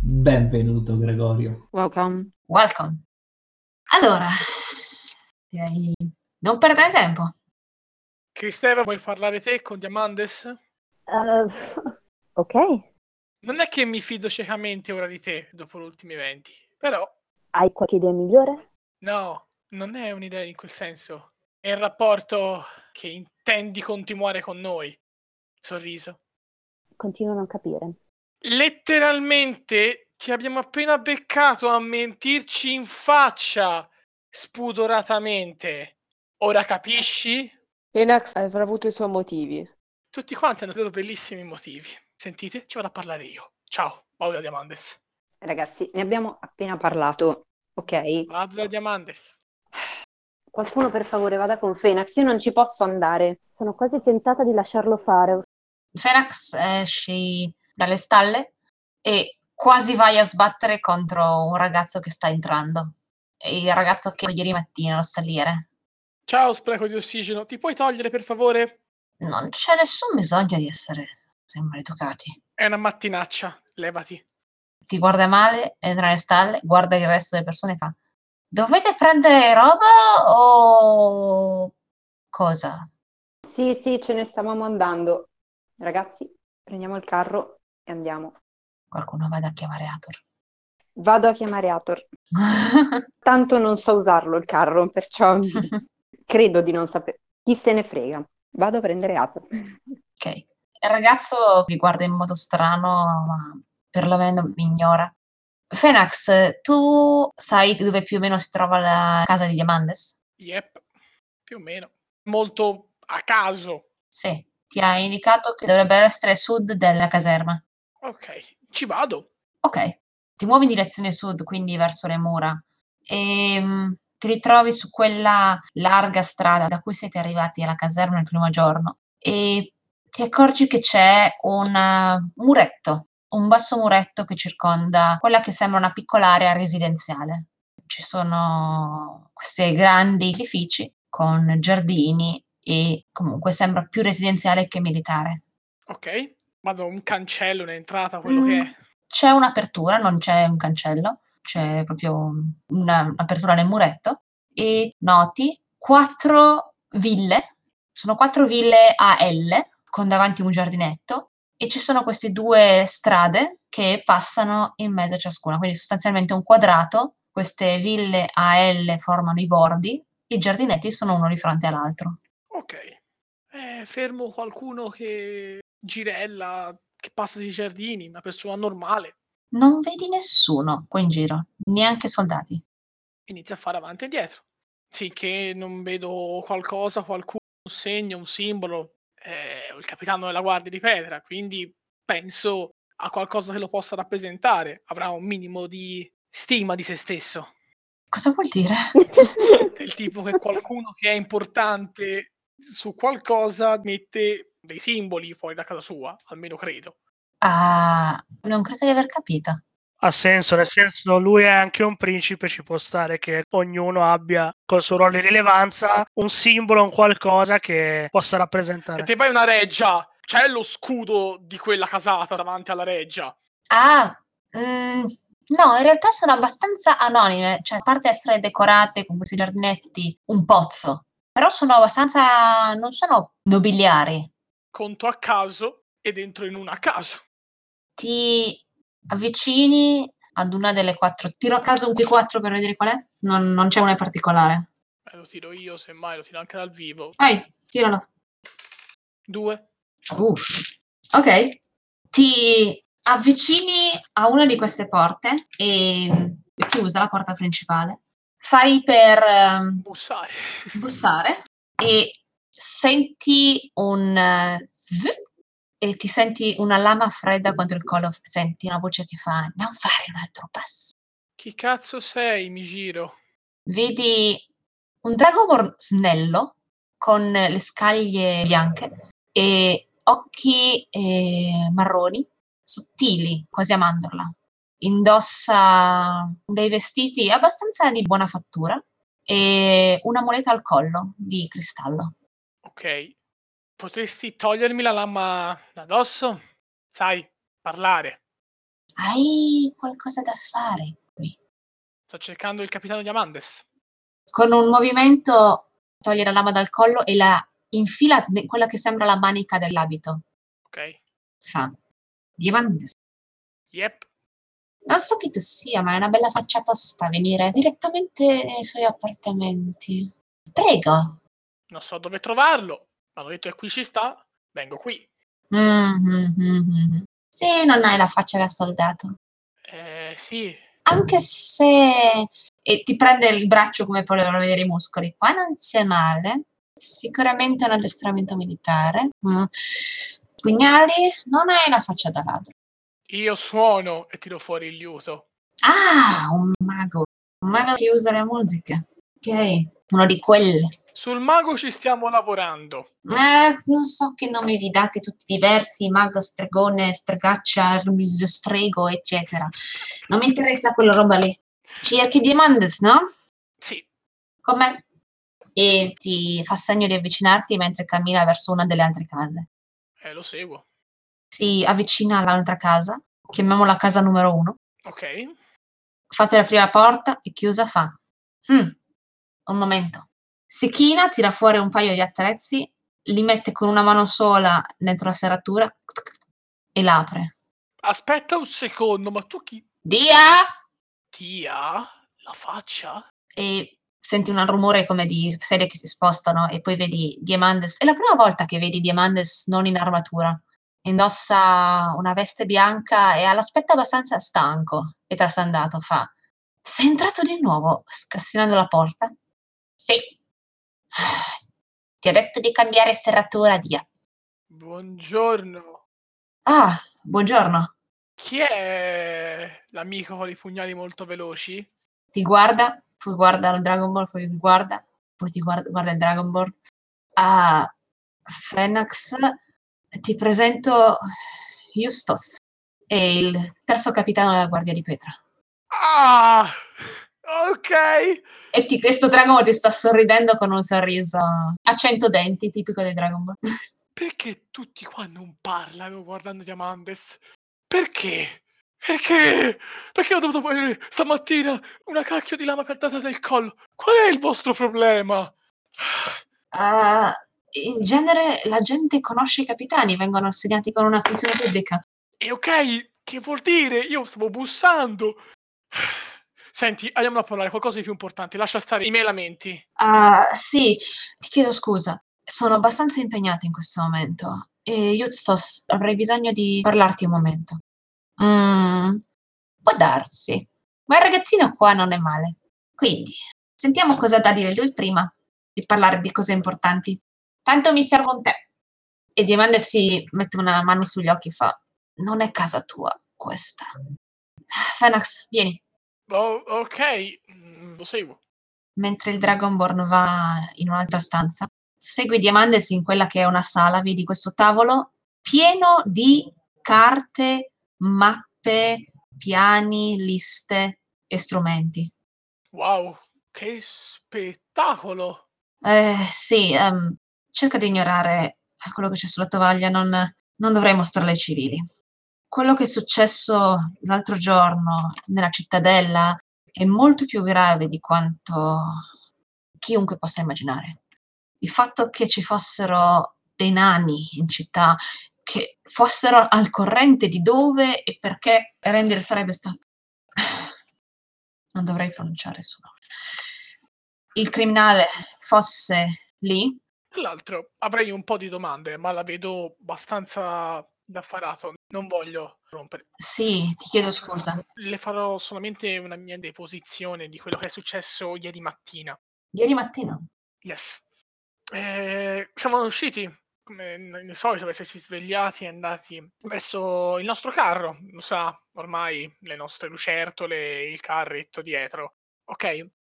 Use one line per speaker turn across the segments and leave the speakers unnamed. Benvenuto Gregorio.
Welcome.
Welcome. Allora, direi non perdere tempo.
Cristeva, vuoi parlare te con Diamandes?
Eh, ok,
Non è che mi fido ciecamente ora di te dopo gli ultimi eventi, però
hai qualche idea migliore?
no, non è un'idea in quel senso. È il rapporto che intendi continuare con noi. Sorriso.
Continuo a non capire.
Letteralmente ci abbiamo appena beccato a mentirci in faccia, spudoratamente. Ora capisci?
Enax avrà avuto i suoi motivi.
Tutti quanti hanno dei loro bellissimi motivi. Sentite, ci vado a parlare io. Ciao, vado da Diamandes.
Ragazzi, ne abbiamo appena parlato, ok?
Vado da Diamandes.
Qualcuno per favore vada con Fenax, io non ci posso andare.
Sono quasi tentata di lasciarlo fare.
Fenax esci dalle stalle e quasi vai a sbattere contro un ragazzo che sta entrando. E Il ragazzo che ieri mattina lo saliere.
Ciao, spreco di ossigeno. Ti puoi togliere, per favore?
Non c'è nessun bisogno di essere sempre educati.
È una mattinaccia. Levati.
Ti guarda male, entra nelle stalle, guarda il resto delle persone e fa Dovete prendere roba o... cosa?
Sì, sì, ce ne stavamo andando. Ragazzi, prendiamo il carro e andiamo.
Qualcuno vada a chiamare Ator.
Vado a chiamare Ator. Tanto non so usarlo il carro, perciò credo di non sapere. Chi se ne frega? Vado a prendere Ator.
Ok. Il ragazzo vi guarda in modo strano, ma perlomeno vi ignora. Fenax, tu sai dove più o meno si trova la casa di Diamandes?
Yep. Più o meno. Molto a caso.
Sì, ti ha indicato che dovrebbe essere a sud della caserma.
Ok, ci vado.
Ok, ti muovi in direzione sud, quindi verso le mura, e mm, ti ritrovi su quella larga strada da cui siete arrivati alla caserma il primo giorno e ti accorgi che c'è un uh, muretto, un basso muretto che circonda quella che sembra una piccola area residenziale. Ci sono questi grandi edifici con giardini e comunque sembra più residenziale che militare.
Ok. Vado a un cancello, un'entrata, quello che
Mm.
è.
c'è un'apertura, non c'è un cancello, c'è proprio un- una- un'apertura nel muretto e noti quattro ville, sono quattro ville a L con davanti un giardinetto e ci sono queste due strade che passano in mezzo a ciascuna, quindi sostanzialmente un quadrato, queste ville a L formano i bordi, i giardinetti sono uno di fronte all'altro.
Ok. Eh, fermo qualcuno che girella, che passa sui giardini, una persona normale.
Non vedi nessuno qua in giro, neanche soldati.
Inizia a fare avanti e indietro. Finché non vedo qualcosa, qualcuno, un segno, un simbolo. Eh, il capitano della guardia di pietra, quindi penso a qualcosa che lo possa rappresentare. Avrà un minimo di stima di se stesso.
Cosa vuol dire?
del tipo che qualcuno che è importante su qualcosa mette dei simboli fuori da casa sua, almeno credo.
Ah, non credo di aver capito.
Ha senso, nel senso lui è anche un principe, ci può stare che ognuno abbia col suo ruolo di rilevanza un simbolo, un qualcosa che possa rappresentare.
Se te vai una reggia, c'è lo scudo di quella casata davanti alla reggia.
Ah, mm, no, in realtà sono abbastanza anonime, cioè a parte essere decorate con questi giardinetti un pozzo, però sono abbastanza... non sono nobiliari.
Conto a caso ed entro in una a caso.
Ti avvicini ad una delle quattro. Tiro a caso un D4 per vedere qual è? Non, non c'è una in particolare.
Eh, lo tiro io, semmai lo tiro anche dal vivo.
Vai, tiralo.
Due.
Uh, Ok, ti avvicini a una di queste porte e è chiusa la porta principale. Fai per ehm,
Bussare.
bussare e senti un eh, zzz e ti senti una lama fredda contro il collo. Senti una voce che fa: Non fare un altro passo.
Chi cazzo sei? Mi giro.
Vedi un drago mor- snello con le scaglie bianche e occhi eh, marroni sottili, quasi a mandorla. Indossa dei vestiti abbastanza di buona fattura e una moneta al collo di cristallo.
Ok. Potresti togliermi la lama da dosso? Sai, parlare.
Hai qualcosa da fare qui?
Sto cercando il capitano Diamandes.
Con un movimento toglie la lama dal collo e la infila ne- quella che sembra la manica dell'abito.
Ok.
Fa. Diamantes.
Yep.
Non so chi tu sia, ma è una bella facciata sta venire direttamente nei suoi appartamenti. Prego.
Non so dove trovarlo. Ma hanno detto che qui ci sta. Vengo qui.
Mhm, mhm. Sì, non hai la faccia da soldato.
Eh, sì.
Anche se e ti prende il braccio come potevano vedere i muscoli, qua non c'è male. Sicuramente è un addestramento militare. Mm. Pugnali, non hai la faccia da ladro.
Io suono e tiro fuori il liuto.
Ah, un mago. Un mago che usa le musiche. Ok, uno di quelle.
Sul mago ci stiamo lavorando.
Eh, non so che nomi vi date, tutti diversi, mago, stregone, stregaccia, armiglio, strego, eccetera. Non mi interessa quella roba lì. Cerchi Diamandes, no?
Sì.
Com'è? E ti fa segno di avvicinarti mentre cammina verso una delle altre case.
Eh, lo seguo.
Si avvicina all'altra casa, chiamiamola casa numero uno,
Ok.
fa per aprire la porta e chiusa fa. "Hmm, un momento. Si china, tira fuori un paio di attrezzi, li mette con una mano sola dentro la serratura e la apre.
Aspetta un secondo, ma tu chi
Dia!
ti ha la faccia?
e senti un rumore come di sedie che si spostano e poi vedi Diamandes. È la prima volta che vedi Diamandes non in armatura. Indossa una veste bianca e ha l'aspetto abbastanza stanco e trasandato. Fa: Sei entrato di nuovo? scassinando la porta. Sì. "Ah, Ti ho detto di cambiare serratura, Dia.
Buongiorno.
Ah, buongiorno.
Chi è l'amico con i pugnali molto veloci?
Ti guarda, poi guarda il Dragon Ball, poi mi guarda, poi ti guarda, guarda il Dragon Ball. Ah, Fenax, ti presento Justos, è il terzo capitano della Guardia di Pietra.
Ah! Ok!
E ti- questo drago ti sta sorridendo con un sorriso a cento denti, tipico dei Dragon Ball.
Perché tutti qua non parlano guardando Diamantes? Perché? Perché? Perché ho dovuto poi stamattina una cacchio di lama piantata nel collo? Qual è il vostro problema?
Ah, in genere la gente conosce i capitani, vengono assegnati con una funzione pubblica.
E ok, che vuol dire? Io stavo bussando. Senti, andiamo a parlare qualcosa di più importante. Lascia stare i miei lamenti.
Ah, sì, ti chiedo scusa, sono abbastanza impegnata in questo momento. E Justos, avrei bisogno di parlarti un momento. Mm, può darsi, ma il ragazzino qua non è male. Quindi, sentiamo cosa ha da dire lui prima di parlare di cose importanti. Tanto mi serve un tè. E Diamante si mette una mano sugli occhi e fa: Non è casa tua questa. Ah, Fenax, vieni.
Oh, ok, mm, lo seguo.
mentre il Dragonborn va in un'altra stanza, segui Diamandes in quella che è una sala, vedi questo tavolo pieno di carte, mappe, piani, liste e strumenti.
Wow, che spettacolo!
Eh, sì, ehm, cerca di ignorare quello che c'è sulla tovaglia, non, non dovrei mostrarle ai civili. Quello che è successo l'altro giorno nella cittadella è molto più grave di quanto chiunque possa immaginare. Il fatto che ci fossero dei nani in città che fossero al corrente di dove e perché Render sarebbe stato... Non dovrei pronunciare il suo nome. Il criminale fosse lì,
Tra l'altro, avrei un po' di domande, ma la vedo abbastanza d'affarato. Non voglio rompere.
sì, ti chiedo scusa.
Le farò solamente una mia deposizione di quello che è successo ieri mattina.
Ieri mattina.
Yes. Eh, siamo usciti, come nel solito, esserci svegliati e andati verso il nostro carro. Lo sa, ormai le nostre lucertole, il carretto dietro. Ok,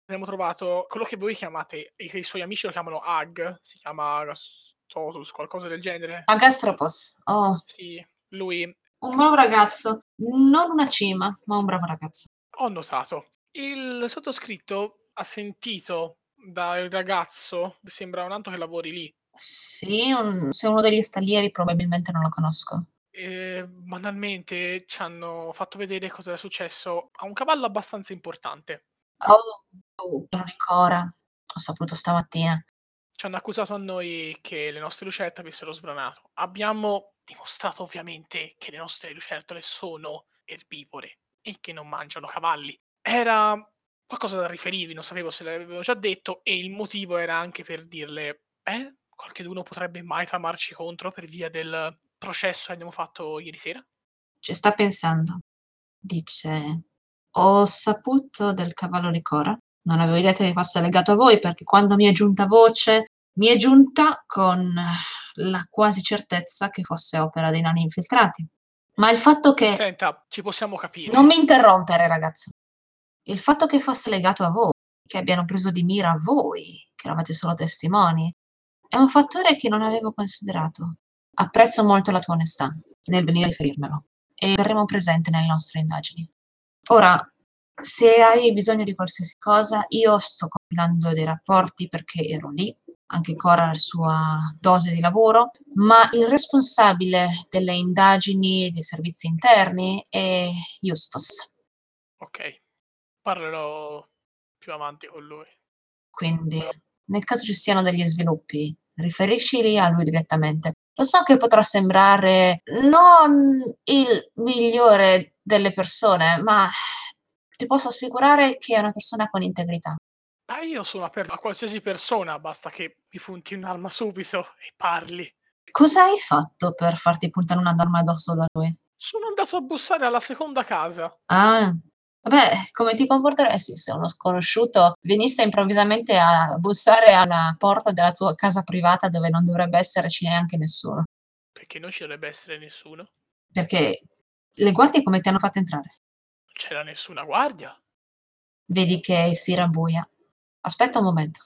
abbiamo trovato quello che voi chiamate, e che i suoi amici lo chiamano Hag, si
Ah.
chiama Gastotus, qualcosa del genere.
Agastropos. Oh,
Sì, lui
Un bravo ragazzo, non una cima, ma un bravo ragazzo.
Ho notato. Il sottoscritto ha sentito dal ragazzo, mi sembra un altro che lavori lì,
Sì, un- se uno degli stallieri probabilmente non lo conosco.
e Ehm, banalmente ci hanno fatto vedere cosa era successo a un cavallo abbastanza importante.
Oh, oh, l'unica ora, ho saputo stamattina.
Ci hanno accusato a noi che le nostre lucertole avessero sbranato. Abbiamo dimostrato ovviamente che le nostre lucertole sono erbivore e che non mangiano cavalli. Era qualcosa da riferirvi, non sapevo se l'avevo già detto e il motivo era anche per dirle eh, qualcheduno potrebbe mai tramarci contro per via del processo che abbiamo fatto ieri sera?
Ci Cioè, sta pensando. Dice, ho saputo del cavallo di Cora. Non avevo idea che fosse legato a voi perché quando mi è giunta voce, mi è giunta con la quasi certezza che fosse opera dei nani infiltrati. Ma il fatto che...
Senta, ci possiamo capire.
Non mi interrompere, ragazzo. Il fatto che fosse legato a voi, che abbiano preso di mira voi, che eravate solo testimoni, è un fattore che non avevo considerato. Apprezzo molto la tua onestà nel venire a riferirmelo e terremo presente nelle nostre indagini. Ora, se hai bisogno di qualsiasi cosa, io sto compilando dei rapporti perché ero lì, anche Cora la sua dose di lavoro, ma il responsabile delle indagini e dei servizi interni è Justus.
Ok, parlerò più avanti con lui.
Quindi, nel caso ci siano degli sviluppi, riferiscili a lui direttamente. Lo so che potrà sembrare non il migliore delle persone, ma ti posso assicurare che è una persona con integrità.
Ma io sono aperto a qualsiasi persona, basta che mi punti un'arma subito e parli.
Cosa hai fatto per farti puntare una norma addosso da lui?
Sono andato a bussare alla seconda casa.
Ah, vabbè, come ti comporteresti se uno sconosciuto venisse improvvisamente a bussare alla porta della tua casa privata dove non dovrebbe esserci neanche nessuno?
Perché non ci dovrebbe essere nessuno. Non
Perché le guardie come ti hanno fatto entrare?
c'era nessuna guardia.
Vedi che si rabbuia. Aspetta un momento.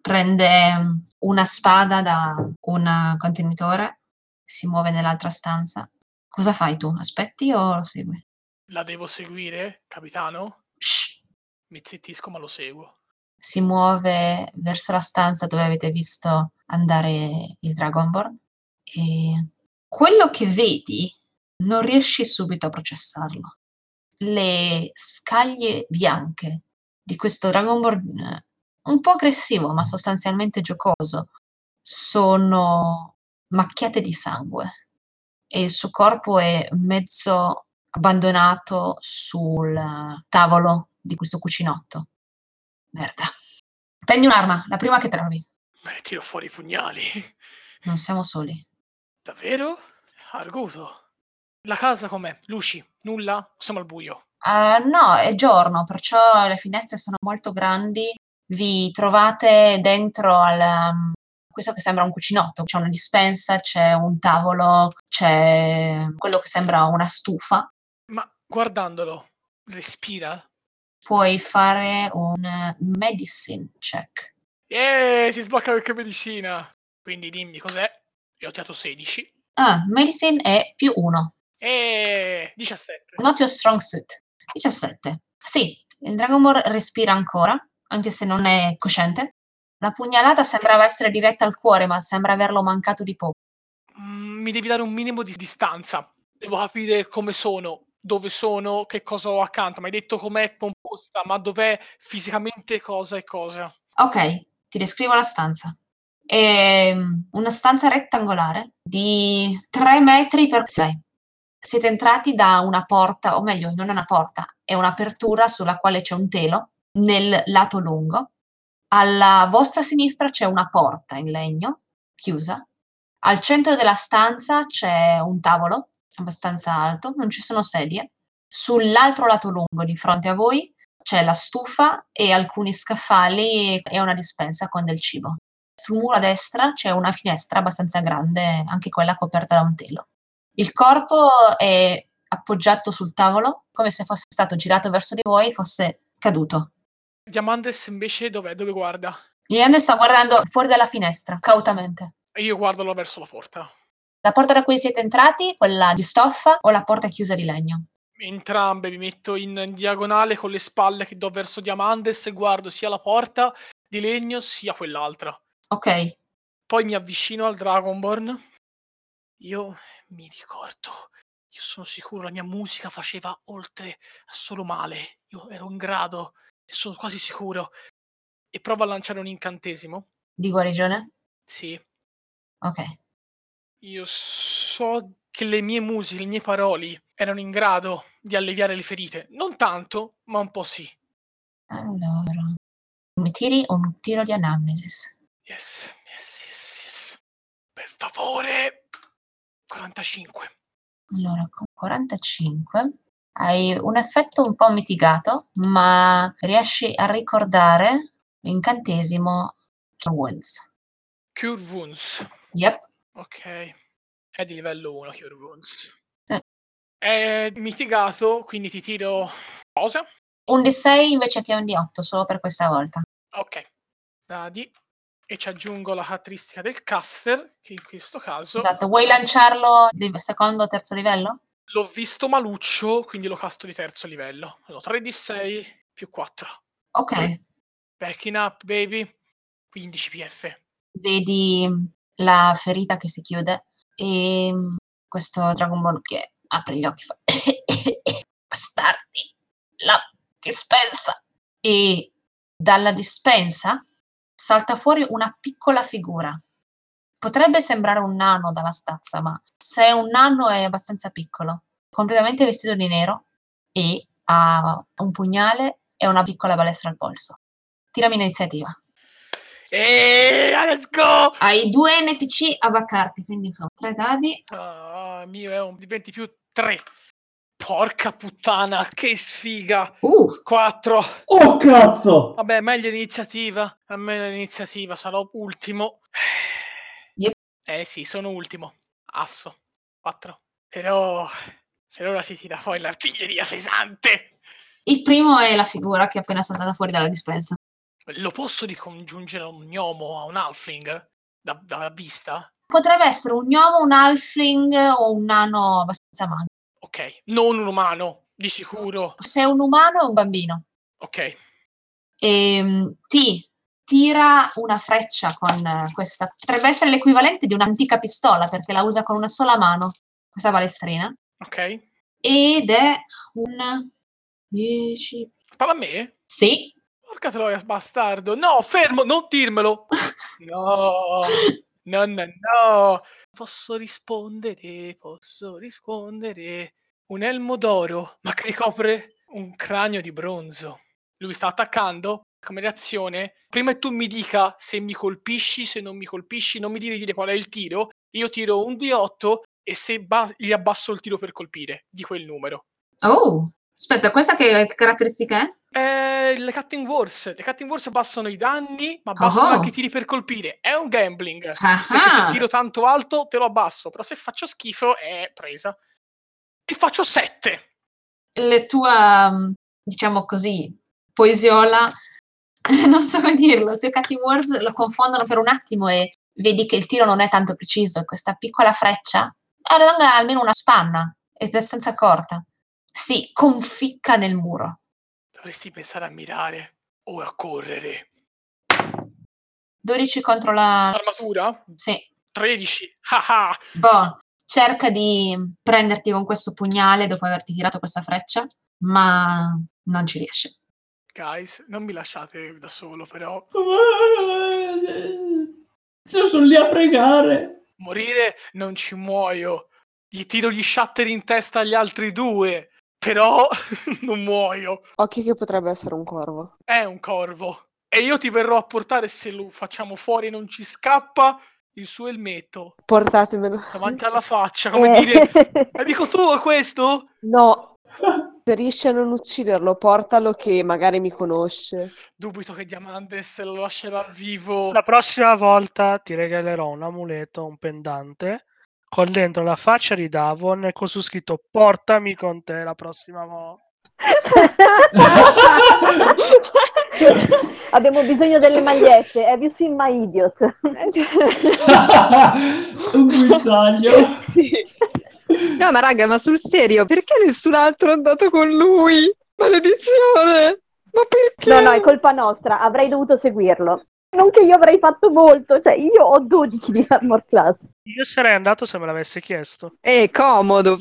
Prende mm, una spada da un contenitore, si muove nell'altra stanza. Cosa fai tu? Aspetti o lo segui?
La devo seguire, capitano?
Shh!
Mi zittisco ma lo seguo.
Si muove verso la stanza dove avete visto andare il Dragonborn. E quello che vedi non riesci subito a processarlo. Le scaglie bianche di questo Dragonborn, eh, un po' aggressivo ma sostanzialmente giocoso, sono macchiate di sangue e il suo corpo è mezzo abbandonato sul eh, tavolo di questo cucinotto. Merda. Prendi un'arma, la prima che trovi.
Beh, tiro fuori i pugnali.
Non siamo soli.
Davvero? Arguto. La casa com'è? Luci? Nulla? Siamo al buio.
Ah, no, è giorno, perciò le finestre sono molto grandi. Vi trovate dentro al um, questo che sembra un cucinotto, c'è una dispensa, c'è un tavolo, c'è quello che sembra una stufa.
Ma guardandolo, respira?
Puoi fare un eh, medicine check.
Eeeh, si sblocca qualche medicina. Quindi dimmi cos'è. E ho tirato 16.
Ah, medicine è più uno.
E 17.
Not your strong suit. 17. Sì, il Dragomor respira ancora, anche se non è cosciente. La pugnalata sembrava essere diretta al cuore, ma sembra averlo mancato di poco.
Mm, mi devi dare un minimo di distanza. Devo capire come sono, dove sono, che cosa ho accanto. Mi hai detto com'è composta, ma dov'è fisicamente cosa e cosa.
Ok, ti descrivo la stanza. È mm, una stanza rettangolare di 3 metri per 6. Siete entrati da una porta, o meglio, non è una porta, è un'apertura sulla quale c'è un telo nel lato lungo. Alla vostra sinistra c'è una porta in legno chiusa. Al centro della stanza c'è un tavolo abbastanza alto, non ci sono sedie. Sull'altro lato lungo, di fronte a voi, c'è la stufa e alcuni scaffali e una dispensa con del cibo. Sul muro a destra c'è una finestra abbastanza grande, anche quella coperta da un telo. Il corpo è appoggiato sul tavolo, come se fosse stato girato verso di voi e fosse caduto.
Diamantes invece dov'è? Dove guarda?
Leander sta guardando fuori dalla finestra, cautamente.
E Io guardalo verso la porta.
La porta da cui siete entrati, quella di stoffa o la porta chiusa di legno?
Entrambe mi metto in, in diagonale con le spalle che do verso Diamandes e guardo sia la porta di legno sia quell'altra.
Ok,
Poi mi avvicino al Dragonborn. Io mi ricordo, io sono sicuro, la mia musica faceva oltre a solo male. Io ero in grado, ne sono quasi sicuro. E provo a lanciare un incantesimo.
di guarigione?
Sì,
Ok.
io so che le mie musiche, le mie parole erano in grado di alleviare le ferite. Non tanto, ma un po' sì.
Allora, mi tiri un tiro di anamnesis.
Yes, yes, yes, yes. Per favore. 45.
Allora, con 45 hai un effetto un po' mitigato, ma riesci a ricordare l'incantesimo Cure Wounds.
Cure Wounds.
Yep.
Ok. È di livello 1 Cure Wounds.
Eh.
È mitigato, quindi ti tiro cosa?
Un D6 invece che un D8, solo per questa volta.
Ok. Dadi. E ci aggiungo la caratteristica del caster, che in questo caso
Esatto, vuoi lanciarlo di secondo o terzo livello?
l'ho visto maluccio, quindi lo casto di terzo livello. Allora, 3 di 6 più 4.
Ok,
Back in up, baby. 15 PF.
vedi la ferita che si chiude e questo Dragon Ball che apre gli occhi e fa bastardi la dispensa e dalla dispensa salta fuori una piccola figura potrebbe sembrare un nano dalla stazza ma se è un nano è abbastanza piccolo completamente vestito di nero e ha un pugnale e una piccola balestra al polso tirami iniziativa
Eeeh, let's go!
hai due NPC a vaccarti, quindi sono tre dadi.
Ah, mio è un di 20 più 3. Porca puttana, che sfiga!
Uh,
4.
Oh cazzo!
Vabbè, meglio l'iniziativa. A me l'iniziativa, sarò ultimo.
Yep.
Eh sì, sono ultimo. Asso. 4. Però per ora si tira fuori l'artiglieria pesante.
il primo è la figura che è appena saltata fuori dalla dispensa.
Lo posso ricongiungere a un gnomo, a un halfling? Da, da vista?
Potrebbe essere un gnomo, un halfling o un nano abbastanza magro.
Ok. Non un umano, di sicuro.
Se è un umano è un bambino.
Ok.
Ehm, ti tira una freccia con eh, questa. Potrebbe essere l'equivalente di un'antica pistola perché la usa con una sola mano, questa balestrina.
Ok.
Ed è un 10.
Parla a me?
Sì,
Porca troia, bastardo. No, fermo, non dirmelo. No, no, no, no. Posso rispondere, posso rispondere. Un elmo d'oro, ma che ricopre un cranio di bronzo. Lui sta attaccando. Come reazione, prima che tu mi dica se mi colpisci, se non mi colpisci, non mi devi dire qual è il tiro. Io tiro un D8 e se ba- gli abbasso il tiro per colpire, di quel numero.
Oh, aspetta, questa che, che caratteristica è?
Eh, le cutting wars. Le cutting wars abbassano i danni, ma abbassano
Oh.
anche i tiri per colpire. È un gambling.
Ah
Perché se
ah,
tiro tanto alto te lo abbasso, però se faccio schifo è presa. E faccio 7.
Le tue, mm, diciamo così, poesiola, non so come dirlo, le tue cattive words lo confondono per un attimo e vedi che il tiro non è tanto preciso, questa piccola freccia allunga almeno una spanna, è abbastanza corta. Si conficca nel muro.
Dovresti pensare a mirare o a correre.
12 contro la...
Armatura?
Sì,
13. Ah ah.
Boh, cerca di prenderti con questo pugnale dopo averti tirato questa freccia, ma non ci riesce.
Guys, non mi lasciate da solo, però.
Io sono lì a pregare.
Morire non ci muoio. Gli tiro gli shatter in testa agli altri due. Però non muoio.
Occhio che potrebbe essere un corvo.
è un corvo e io ti verrò a portare se lo facciamo fuori e non ci scappa il suo elmetto
Portatemelo.
davanti alla faccia come
Eh.
dire amico tuo questo
No. Se riesci a non ucciderlo, portalo che magari mi conosce.
dubito che Diamantes lo lascerà vivo
La prossima volta ti regalerò un amuleto, un pendante con dentro la faccia di Davon e con su scritto portami con te la prossima volta.
Abbiamo bisogno delle magliette. Have you seen my idiot?
Un guinzaglio.
Sì.
No, ma raga, ma sul serio, perché nessun altro è andato con lui? Maledizione! Ma perché?
No, no, è colpa nostra, avrei dovuto seguirlo. Non che io avrei fatto molto, cioè io ho 12 di armor class.
Io sarei andato se me l'avesse chiesto.
Eh, comodo.
Ho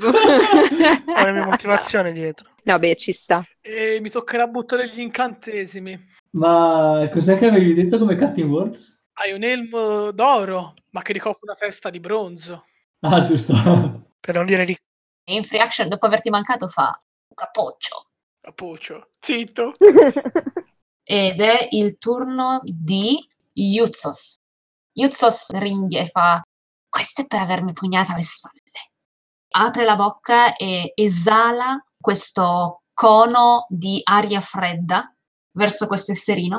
le mie motivazioni dietro.
No, beh, ci sta.
E mi toccherà buttare gli incantesimi.
Ma cos'è che avevi detto come cutting words?
Hai un elmo d'oro, ma che ricopre una testa di bronzo.
Ah, giusto.
Per non dire di
E in free action, dopo averti mancato, fa capoccio.
Capoccio. Zitto.
Ed è il turno di Yuzos. Yuzos ringhia e fa: Questo è per avermi pugnata alle spalle. Apre la bocca e esala questo cono di aria fredda verso questo esserino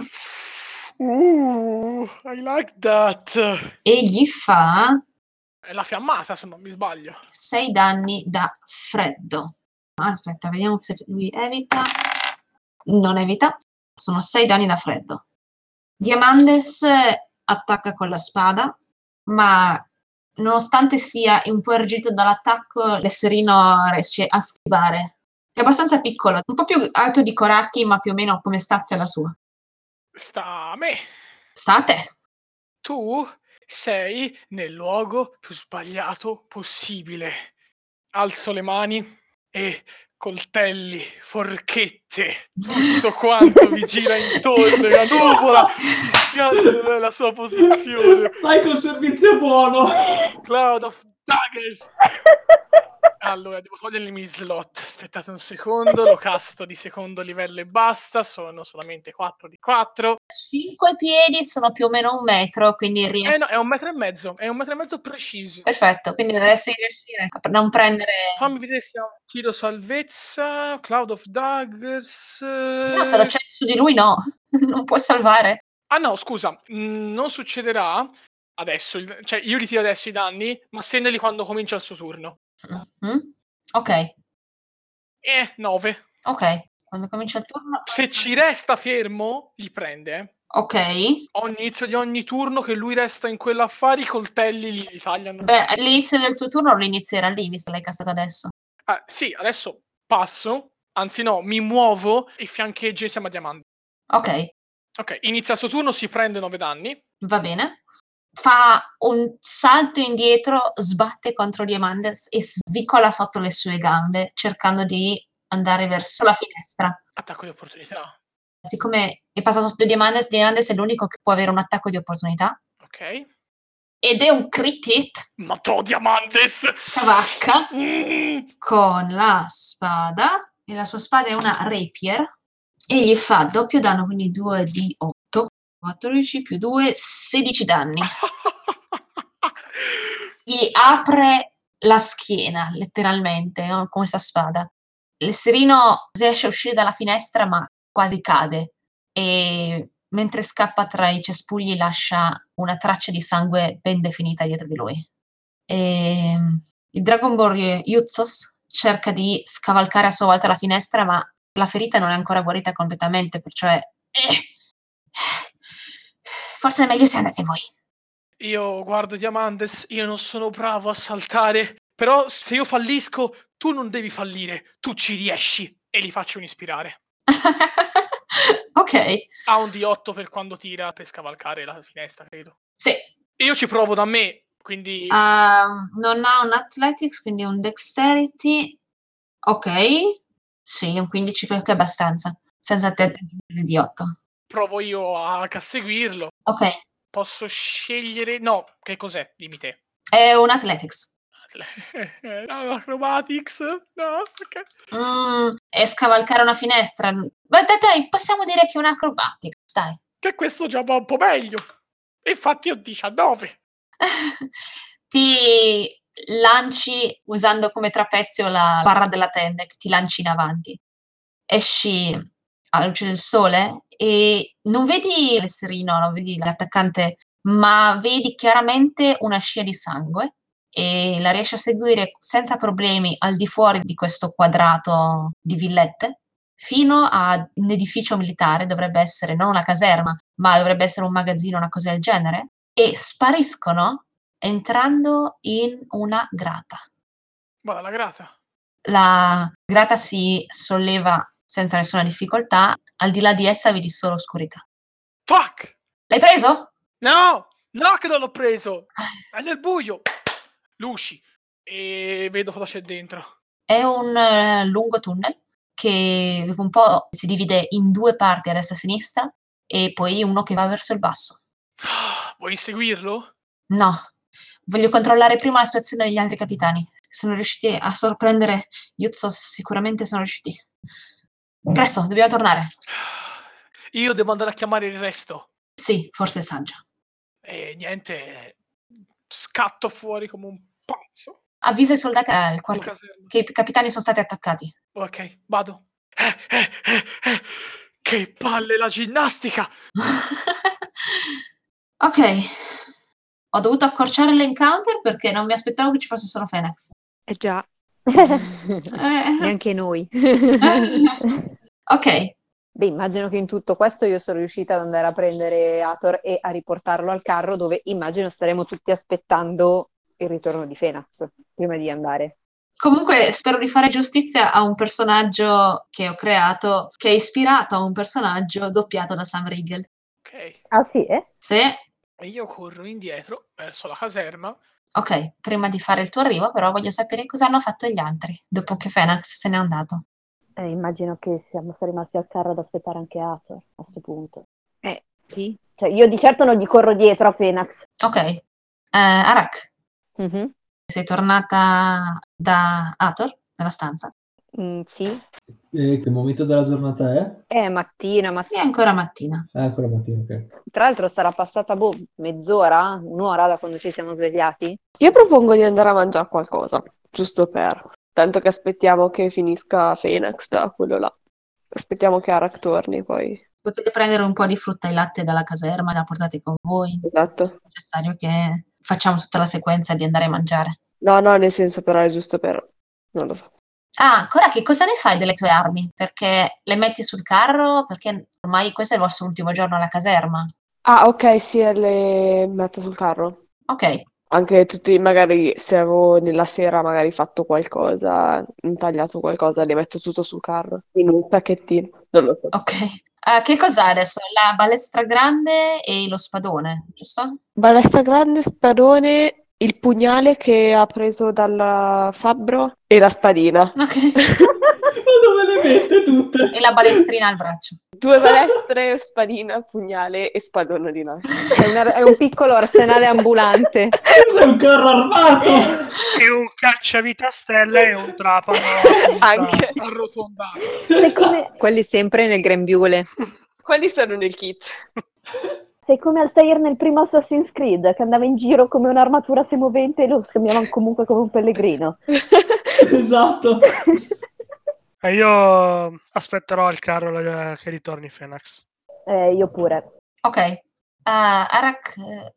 Uh, I like that. È
e gli fa
la fiammata, se non mi sbaglio.
6 danni da freddo. Aspetta, vediamo se lui evita. Non evita. Sono 6 danni da freddo. Diamandes attacca con la spada, ma nonostante sia un po' ergito dall'attacco, l'esserino riesce a schivare. È abbastanza piccolo, un po' più alto di Coracchi, ma più o meno come stazza è la sua.
Sta a me.
State!
Tu sei nel luogo più sbagliato possibile. Alzo le mani e coltelli, forchette, tutto quanto vi gira intorno, la nuvola si spiace nella sua posizione.
Vai col servizio buono.
Cloud of Daggers. Allora, devo togliere i miei slot. Aspettate un secondo, lo casto di secondo livello e basta. Sono solamente 4 di 4.
5 piedi sono più o meno un metro, quindi riesce.
Eh no, è un metro e mezzo, è un metro e mezzo preciso.
Perfetto, quindi dovresti riuscire a pr- non prendere...
Fammi vedere se ha un tiro salvezza, Cloud of Daggers. eh,
No, se lo c'è su di lui no, non puoi salvare.
Ah no, scusa, mm, non succederà adesso, il- cioè io ritiro adesso i danni, ma stendeli quando comincia il suo turno.
Mm? Ok,
Eh, 9.
ok, quando comincia il turno...
Se ci resta fermo, li prende. eh.
Ok,
Ogni inizio di ogni turno che lui resta in quell'affare, i coltelli li, li tagliano.
beh, all'inizio del tuo turno lo inizierà lì, visto che l'hai cassato adesso.
Ah, sì, adesso passo, anzi no, mi muovo e fiancheggio insieme a Diamante.
Ok,
Ok, inizia il suo turno, si prende 9 danni.
va bene. Fa un salto indietro, sbatte contro Diamanders e svicola sotto le sue gambe, cercando di andare verso la finestra.
Attacco di opportunità.
Siccome è passato sotto Diamanders, Diamanders è l'unico che può avere un attacco di opportunità.
Ok.
Ed è un crit hit
Ma to Diamantes!
cavacca
Mm.
con la spada e la sua spada è una rapier e gli fa doppio danno quindi 2 di 8 14 più 2 16 danni gli apre la schiena letteralmente no? con questa spada il serino riesce a uscire dalla finestra ma quasi cade e mentre scappa tra i cespugli lascia una traccia di sangue ben definita dietro di lui Ehm, il Dragonborn Yuzos cerca di scavalcare a sua volta la finestra, ma la ferita non è ancora guarita completamente, perciò è... eh, Forse è meglio se andate voi.
Io guardo Diamantes, io non sono bravo a saltare, però se io fallisco, tu non devi fallire, tu ci riesci e li faccio un ispirare.
ok,
Ha un D8 per quando tira per scavalcare la finestra, credo.
sì.
Io ci provo da me, quindi
Ehm, non ha un athletics, quindi un dexterity. Ok, sì, un 15 perché è abbastanza, senza te di 8.
provo io a a seguirlo.
Ok,
Posso scegliere... No, che cos'è? Dimmi te.
è un athletics.
No, Acrobatics? No, ok.
Mm, e scavalcare una finestra. Beh, dai, dai, possiamo dire che è un acrobatico, dai.
Che questo già va un po' meglio. Infatti ho 19.
ti lanci usando come trapezio la barra della tenda che ti lanci in avanti. Esci alla luce del sole e non vedi l'esserino, non vedi l'attaccante, ma vedi chiaramente una scia di sangue e la riesci a seguire senza problemi al di fuori di questo quadrato di villette fino a un edificio militare, dovrebbe essere non una caserma, ma dovrebbe essere un magazzino, una cosa del genere, e spariscono entrando in una grata.
Vado alla grata.
La grata si solleva senza nessuna difficoltà, al di là di essa vedi solo oscurità.
Fuck!
L'hai preso?
No! No che non l'ho preso! È nel buio! Luci. E vedo cosa c'è dentro.
È un eh, lungo tunnel che dopo un po' si divide in due parti a destra e a sinistra e poi uno che va verso il basso.
Ah, Vuoi inseguirlo?
No, voglio controllare prima la situazione degli altri capitani. Sono riusciti a sorprendere Yuzos, sicuramente sono riusciti. Presto, dobbiamo tornare.
Io devo andare a chiamare il resto.
Sì, forse è saggio.
E niente, scatto fuori come un pazzo.
Avvisa i soldati al
Alla
quartiere
caserma.
che i capitani sono stati attaccati.
Ok, vado. Eh, eh, eh, eh. Che palle la ginnastica!
ok, ho dovuto accorciare l'encounter perché non mi aspettavo che ci fosse solo Fenex.
Eh già,
Eh.
neanche noi.
ok,
Beh, immagino che in tutto questo io sono riuscita ad andare a prendere Ator e a riportarlo al carro dove immagino staremo tutti aspettando il ritorno di Fenax prima di andare.
Comunque spero di fare giustizia a un personaggio che ho creato, che è ispirato a un personaggio doppiato da Sam Riegel.
Ok,
Ah sì, eh?
Se,
e io corro indietro verso la caserma.
ok, prima di fare il tuo arrivo, però voglio sapere cosa hanno fatto gli altri dopo che Fenax se n'è andato.
Eh, immagino che siamo rimasti al carro ad aspettare anche Ator a questo punto.
Eh, sì.
Cioè, io di certo non gli corro dietro a Fenax.
Ok, eh, Arak,
Mhm.
sei tornata da Ator, nella stanza.
Mm, sì.
Eh, che momento della giornata è?
È Eh, mattina, ma sì.
È ancora mattina.
Ah, ancora mattina, ok.
Tra l'altro sarà passata boh, mezz'ora, un'ora da quando ci siamo svegliati.
Io propongo di andare a mangiare qualcosa, giusto per. Tanto che aspettiamo che finisca Fenax da quello là. Aspettiamo che Arak torni poi.
Potete prendere un po' di frutta e latte dalla caserma, la portate con voi. È
Esatto.
necessario che facciamo tutta la sequenza di andare a mangiare.
No, no, nel senso però è giusto per... Non lo so.
Ah, Cora, che cosa ne fai delle tue armi? Perché le metti sul carro? Perché ormai questo è il vostro ultimo giorno alla caserma.
Ah, ok, sì, e le metto sul carro.
Ok,
Anche tutti, magari se avevo nella sera magari fatto qualcosa, intagliato qualcosa, le metto tutto sul carro, in un sacchettino, non lo so.
ok. Ah, che cos'è adesso? La balestra grande e lo spadone, giusto?
Balestra grande, spadone, il pugnale che ha preso dal fabbro e la spadina.
Ok.
Ma dove le mette tutte?
E la balestrina al braccio.
Due balestre, spadina, pugnale e spadone di nascita.
È, una- è un piccolo arsenale ambulante.
Cos'è un carro armato?
E un cacciavitastelle e un trapano.
Anche
arrotondato.
Eh,
Sei
Esatto.
come,
Quelli sempre nel grembiule.
quelli sono nel kit.
sei come Altair nel primo Assassin's Creed, che andava in giro come un'armatura semovente e lo scambiavano comunque come un pellegrino.
esatto.
E io aspetterò il carro la- che ritorni Fenax.
Eh, io pure.
Ok. Ah, Arak, eh,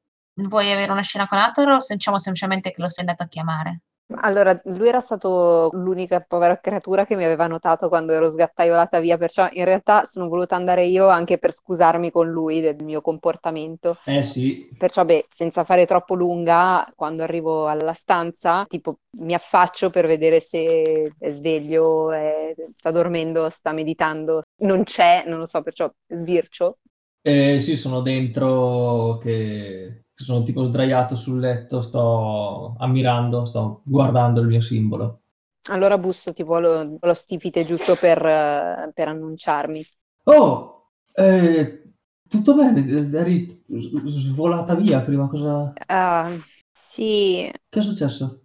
vuoi avere una scena con Ator o sentiamo semplicemente che lo sei andato a chiamare?
Allora, lui era stato l'unica povera creatura che mi aveva notato quando ero sgattaiolata via, perciò in realtà sono voluta andare io anche per scusarmi con lui del mio comportamento.
Eh sì.
Perciò, beh, senza fare troppo lunga, quando arrivo alla stanza, tipo mi affaccio per vedere se è sveglio, è- sta dormendo, sta meditando. Non c'è, non lo so, perciò svircio.
Eh, sì, sono dentro che che sono tipo sdraiato sul letto, sto ammirando, sto guardando il mio simbolo.
Allora busso tipo lo, lo stipite giusto per, eh, per annunciarmi.
Oh, eh, tutto bene, eh, eri s- svolata via prima, cosa...
Ah, sì,
Che è successo?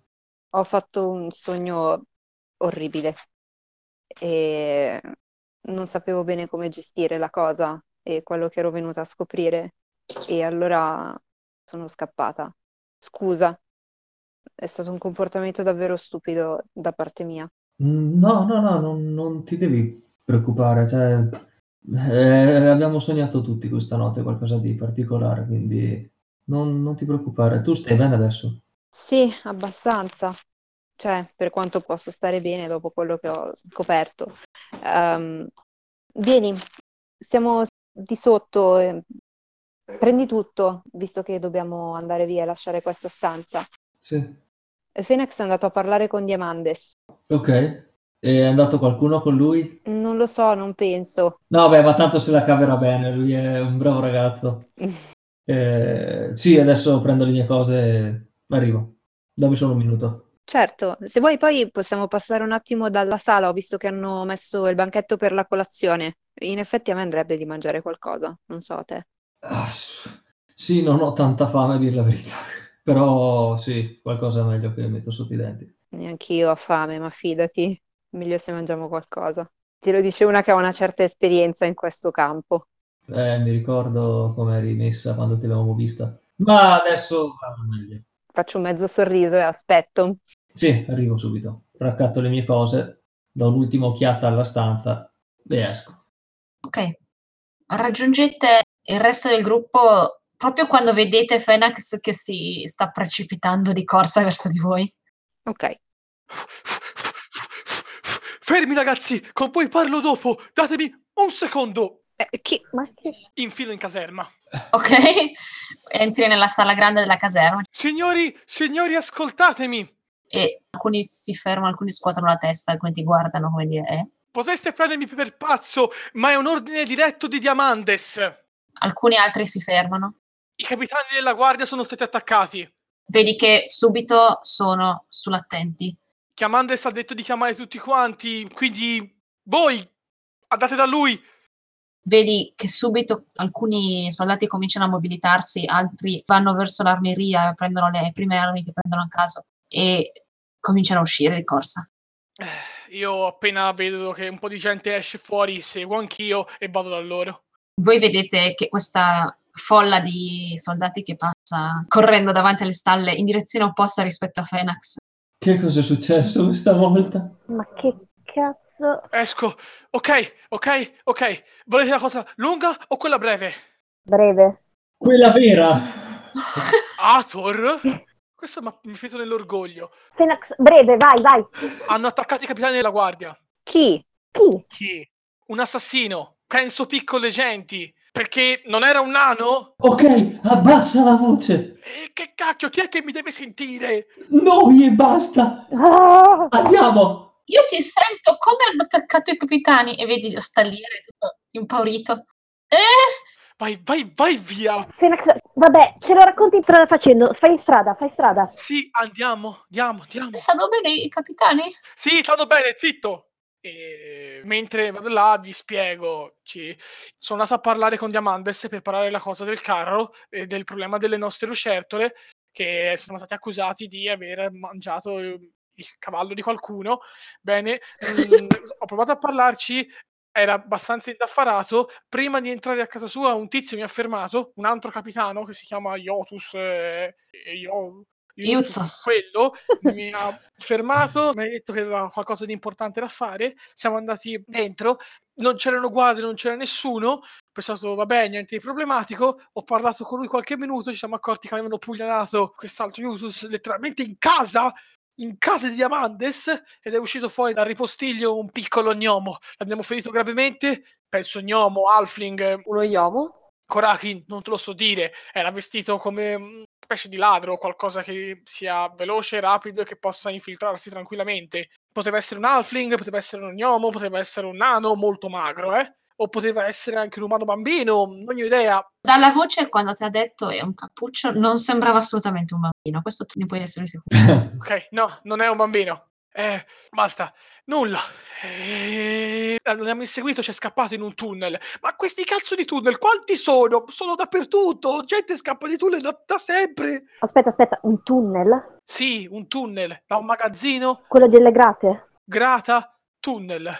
ho fatto un sogno orribile e non sapevo bene come gestire la cosa e quello che ero venuta a scoprire e allora sono scappata. Scusa, è stato un comportamento davvero stupido da parte mia.
Mm, No, no, no, non, non ti devi preoccupare, cioè... eh, abbiamo sognato tutti questa notte qualcosa di particolare, quindi non, non ti preoccupare. Tu stai bene adesso?
Sì, abbastanza. Cioè, per quanto posso stare bene dopo quello che ho scoperto. Ehm, vieni, siamo di sotto, eh, Prendi tutto, visto che dobbiamo andare via e lasciare questa stanza.
Sì.
Phoenix è andato a parlare con Diamandes.
Ok. È andato qualcuno con lui?
Non lo so, non penso.
No, beh, ma tanto se la caverà bene, lui è un bravo ragazzo. Eh, sì, adesso prendo le mie cose e arrivo. Dammi solo un minuto.
Certo, se vuoi poi possiamo passare un attimo dalla sala, ho visto che hanno messo il banchetto per la colazione. In effetti a me andrebbe di mangiare qualcosa, non so a te.
Ah, s- sì, non ho tanta fame a dir la verità, però sì, qualcosa è meglio che metto sotto i denti.
Neanch'io ho fame, ma fidati, meglio se mangiamo qualcosa. Te lo dice una che ha una certa esperienza in questo campo.
Eh, mi ricordo come eri messa quando ti avevamo vista. Ma adesso va meglio.
Faccio un mezzo sorriso e aspetto.
Sì, arrivo subito. Raccatto le mie cose, do un'ultima occhiata alla stanza e esco.
Ok. Raggiungete il resto del gruppo proprio quando vedete Fenax che si sta precipitando di corsa verso di voi.
Ok, Eh,
Fermi ragazzi, con voi parlo dopo. Datemi un secondo.
Eh, chi-
Ma che...
Infilo in caserma.
Ok? Entri nella sala grande della caserma
Signori, signori, ascoltatemi.
e alcuni si fermano, alcuni scuotono la testa, alcuni ti guardano come dire. "Eh?"
Potreste prendermi per pazzo, ma è un ordine diretto di Diamandes.
Alcuni altri si fermano.
I capitani della guardia sono stati attaccati.
Vedi che subito sono sull'attenti.
Chiamandes ha detto di chiamare tutti quanti, quindi voi andate da lui.
Vedi che subito alcuni soldati cominciano a mobilitarsi, altri vanno verso l'armeria, prendono le prime armi che prendono a caso e cominciano a uscire di corsa.
Io appena vedo che un po' di gente esce fuori, seguo anch'io e vado da loro.
Voi vedete che questa folla di soldati che passa correndo davanti alle stalle in direzione opposta rispetto a Fenax.
Che cosa è successo questa volta?
Ma che cazzo?
Esco. Ok, ok, ok. Volete la cosa lunga o quella breve?
Breve.
Quella vera!
Ator? Questo ma- mi fido nell'orgoglio.
Fenax, breve, vai, vai.
Hanno attaccato i capitani della guardia.
chi?
Chi?
Chi?
Un assassino. Penso piccole genti. Perché non era un nano?
Ok, abbassa la voce!
E che cacchio, chi è che mi deve sentire?
Noi e basta!
Ah!
Andiamo!
Io ti sento come hanno attaccato i capitani e vedi lo stalliere tutto impaurito. Eh?
Vai, vai, vai via.
Fenax, vabbè, ce lo racconti in strada facendo. Fai strada, fai strada.
Sì, andiamo, andiamo, andiamo.
Stanno bene i capitani?
Sì, stanno bene, zitto. E mentre vado là vi spiego, ci- sono andato a parlare con Diamandes per parlare la cosa del carro e del problema delle nostre lucertole che sono stati accusati di aver mangiato eh, il cavallo di qualcuno. Bene, mm, ho provato a parlarci, era abbastanza indaffarato. Prima di entrare a casa sua un tizio mi ha fermato, un altro capitano che si chiama Iotus, eh, e Io-
Iuzos.
quello mi ha fermato, mi ha detto che aveva qualcosa di importante da fare. Siamo andati dentro, non c'erano guardie, non c'era nessuno. Ho pensato, vabbè, niente di problematico. Ho parlato con lui qualche minuto, ci siamo accorti che avevano pugnalato quest'altro Iusus letteralmente in casa. In casa di Diamandes ed è uscito fuori dal ripostiglio un piccolo gnomo. L'abbiamo ferito gravemente? Penso gnomo, Alfling, eh,
Uno Yomo?
Korakin, non te lo so dire, era vestito come una specie di ladro, qualcosa che sia veloce, rapido e che possa infiltrarsi tranquillamente. Poteva essere un halfling, poteva essere un gnomo, poteva essere un nano molto magro, eh? O poteva essere anche un umano bambino, non ne ho idea.
Dalla voce, quando ti ha detto è un cappuccio, non sembrava assolutamente un bambino. Questo tu ne puoi essere sicuro.
Ok, no, non è un bambino. Eh, basta, nulla. Eh, L'abbiamo inseguito, ci è scappato in un tunnel. Ma questi cazzo di tunnel, quanti sono? Sono dappertutto, gente scappa di tunnel da- da sempre.
Aspetta, aspetta, un tunnel?
Sì, un tunnel da un magazzino,
Quello delle grate?
grata, tunnel.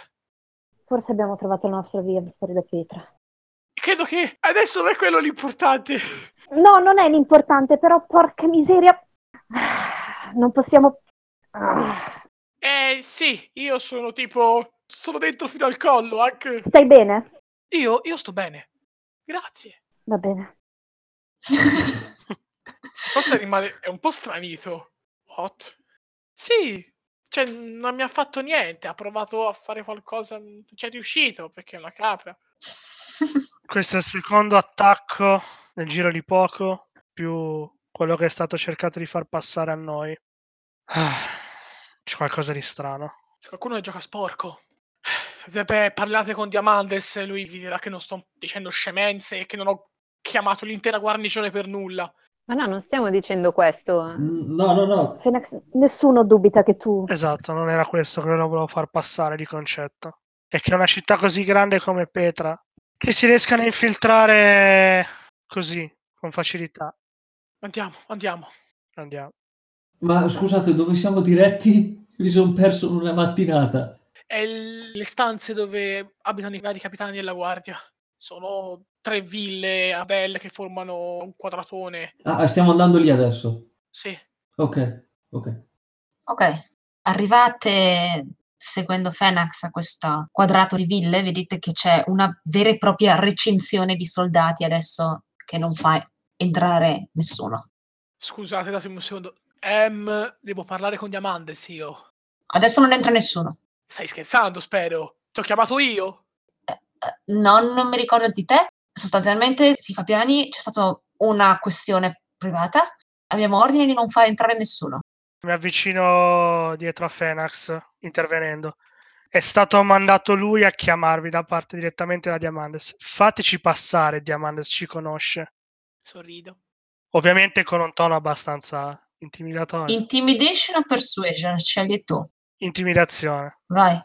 Forse abbiamo trovato la nostra via fuori da Pietra.
Credo che adesso non è quello l'importante.
No, non è l'importante, però porca miseria. Ah, Non possiamo. Ah,
Eh sì, io sono tipo. Sono dentro fino al collo, anche.
Stai bene?
Io, io sto bene. Grazie.
Va bene.
Forse rimane. È un po' stranito. What? Sì, cioè, non mi ha fatto niente. Ha provato a fare qualcosa. Non ci è riuscito perché è una capra.
Questo è il secondo attacco nel giro di poco più quello che è stato cercato di far passare a noi. C'è qualcosa di strano.
C'è qualcuno che gioca sporco. Eh, Beh, parlate con Diamandes e lui vi dirà che non sto dicendo scemenze e che non ho chiamato l'intera guarnigione per nulla.
Ma no, non stiamo dicendo questo. eh.
No, no, no.
Fenex, nessuno dubita che tu...
Esatto, non era questo che lo volevo far passare di concetto. È che una città così grande come Petra, che si riescano a infiltrare così, con facilità.
Andiamo, andiamo.
Andiamo.
Ma scusate, dove siamo diretti? Mi sono perso una mattinata.
È l- le stanze dove abitano i vari capitani della guardia. Sono tre ville a Bell che formano un quadratone.
Ah, stiamo andando lì adesso.
Sì,
Ok, ok.
Ok, arrivate seguendo Fenax a questo quadrato di ville, vedete che c'è una vera e propria recinzione di soldati adesso che non fa entrare nessuno.
scusate, datemi un secondo. Em, devo parlare con Diamandes io.
Adesso non entra nessuno.
Stai scherzando, spero. Ti ho chiamato io?
Eh, No, non mi ricordo di te. Sostanzialmente, Ficapiani, c'è stata una questione privata. Abbiamo ordine di non far entrare nessuno.
Mi avvicino dietro a Fenax, intervenendo. È stato mandato lui a chiamarvi da parte direttamente da Diamandes. Fateci passare, Diamandes ci conosce.
Sorrido.
Ovviamente con un tono abbastanza intimidatorio.
Intimidation o persuasion? Scegli tu.
Intimidazione.
Vai.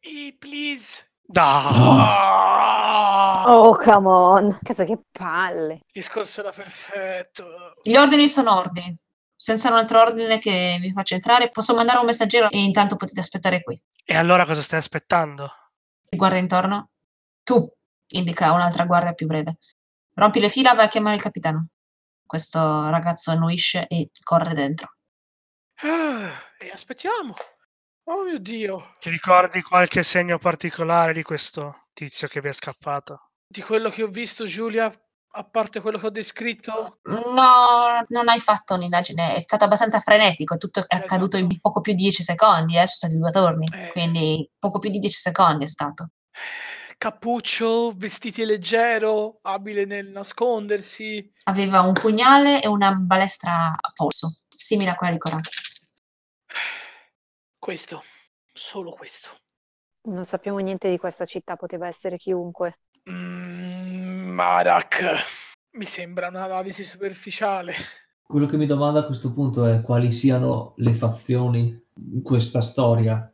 E please. Ah.
Da.
Oh, come on.
Cazzo, che palle.
Il discorso era perfetto.
Gli ordini sono ordini. Senza un altro ordine che vi faccia entrare, posso mandare un messaggero e intanto potete aspettare qui.
E allora cosa stai aspettando?
Si guarda intorno. Tu, indica un'altra guardia più breve. Rompi le fila, vai a chiamare il capitano. Questo ragazzo annuisce e corre dentro.
Ah, E aspettiamo. Oh mio Dio.
Ti ricordi qualche segno particolare di questo tizio che vi è scappato?
Di quello che ho visto, Giulia, a parte quello che ho descritto,
No, non hai fatto un'indagine, è stato abbastanza frenetico, tutto è
Esatto.
accaduto in poco più di 10 secondi, eh, sono stati due turni,
Eh.
quindi poco più di 10 secondi è stato.
cappuccio, vestiti leggero, abile nel nascondersi.
Aveva un pugnale e una balestra a polso, simile a quella di Coran.
Questo, solo questo.
Non sappiamo niente di questa città, poteva essere chiunque.
Mm, Marak. Mi sembra un'analisi superficiale.
Quello che mi domanda a questo punto è quali siano le fazioni in questa storia.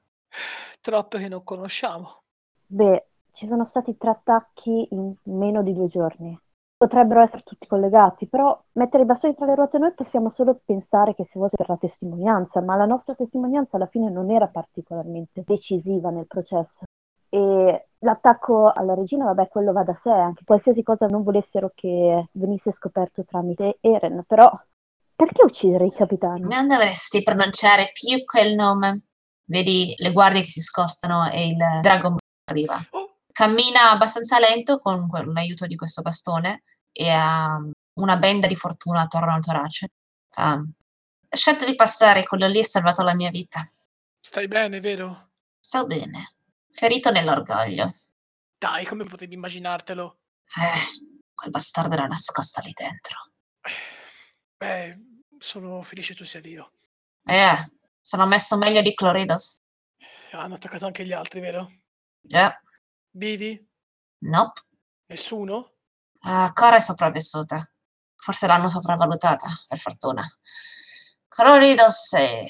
Troppe che non conosciamo.
Beh, ci sono stati tre attacchi in meno di due giorni. Potrebbero essere tutti collegati, però mettere i bastoni tra le ruote noi possiamo solo pensare che si fosse per la testimonianza, ma la nostra testimonianza alla fine non era particolarmente decisiva nel processo. E l'attacco alla regina, vabbè, quello va da sé, anche qualsiasi cosa non volessero che venisse scoperto tramite Eren, però perché uccidere i capitani?
Non dovresti pronunciare più quel nome. Vedi le guardie che si scostano e il dragon Ball arriva.
Oh,
Cammina abbastanza lento con que- l'aiuto di questo bastone e ha um, una benda di fortuna attorno al torace. Fa, Lasciate di passare, quello lì ha salvato la mia vita.
stai bene, vero?
Sto bene. Ferito nell'orgoglio.
Dai, come potevi immaginartelo?
Eh, quel bastardo era nascosto lì dentro.
Beh, sono felice tu sia Dio.
Eh, sono messo meglio di Cloridos.
Hanno attaccato anche gli altri, vero?
Eh,
Vivi?
nope.
Nessuno?
Ah, Cora è sopravvissuta. Forse l'hanno sopravvalutata, per fortuna. Croridos eh,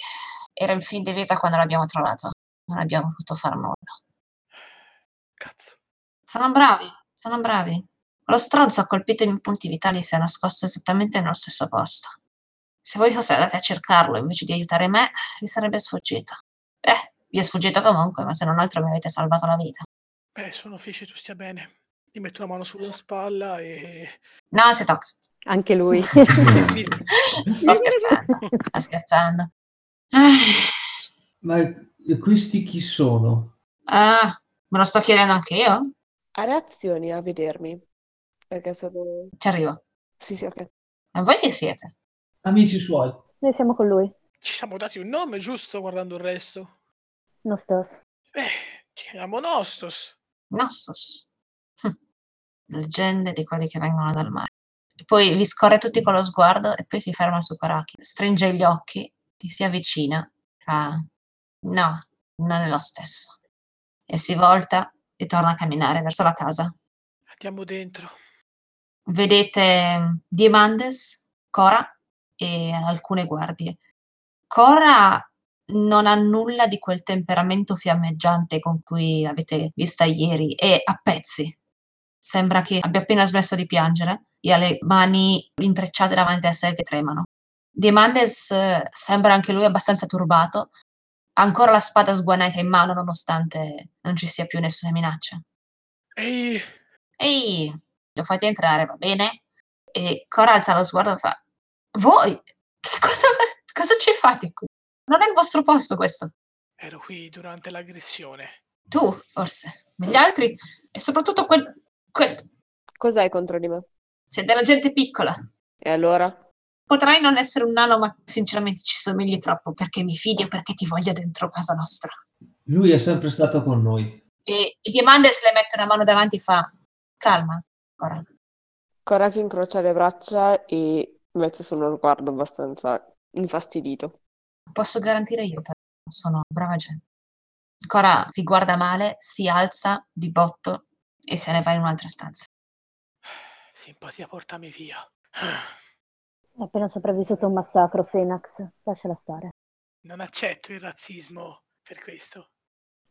era in fin di vita quando l'abbiamo trovato. Non abbiamo potuto far nulla.
Cazzo.
Sono bravi, sono bravi. Lo stronzo ha colpito i miei punti vitali e si è nascosto esattamente nello stesso posto. Se voi foste andati a cercarlo invece di aiutare me, vi sarebbe sfuggito. Eh, vi è sfuggito comunque, ma se non altro mi avete salvato la vita.
Beh, sono felice tu stia bene. Ti metto una mano sulla spalla e...
No, si tocca.
Anche lui.
Sto scherzando, sto scherzando. Ah.
Ma eh, questi chi sono?
Ah, me lo sto chiedendo anche io?
Ha reazioni a vedermi. Perché sono...
Ci arrivo.
Sì, sì, ok.
Ma voi chi siete?
Amici suoi.
Noi siamo con lui,
Ci siamo dati un nome, giusto, guardando il resto?
Nostos.
Eh, ci chiamiamo Nostos.
Nostos. Hm. leggende di quelli che vengono dal mare. E poi vi scorre tutti con lo sguardo e poi si ferma su Koraki, stringe gli occhi, e si avvicina. fa, no, non è lo stesso. E si volta e torna a camminare verso la casa.
Andiamo dentro.
Vedete mm, Diemandes, Cora e alcune guardie. Cora non ha nulla di quel temperamento fiammeggiante con cui l'avete vista ieri, è a pezzi. Sembra che abbia appena smesso di piangere e ha le mani intrecciate davanti a sé che tremano. Diemandes eh, sembra anche lui abbastanza turbato, ha ancora la spada sguanaita in mano nonostante non ci sia più nessuna minaccia.
Ehi,
Ehi, lo fate entrare, va bene? E Cora alza lo sguardo e fa: Voi? Che cosa, cosa ci fate qui? Non è il vostro posto questo.
ero qui durante l'aggressione.
Tu, forse, ma gli altri, e soprattutto quel. quel
Cos'hai contro di me?
siete della gente piccola.
E allora?
Potrai non essere un nano, ma sinceramente ci somigli troppo perché mi fidio perché ti voglio dentro casa nostra.
Lui è sempre stato con noi.
E, e Diamandes le mette una mano davanti e fa: Calma, Cora.
Koraki incrocia le braccia e mette su uno sguardo abbastanza infastidito.
Posso garantire io, però sono brava gente. Cora vi guarda male, si alza di botto e se ne va in un'altra stanza.
Simpatia, portami via.
Ho appena sopravvissuto a un massacro, Fenax. Lasciala stare.
Non accetto il razzismo per questo.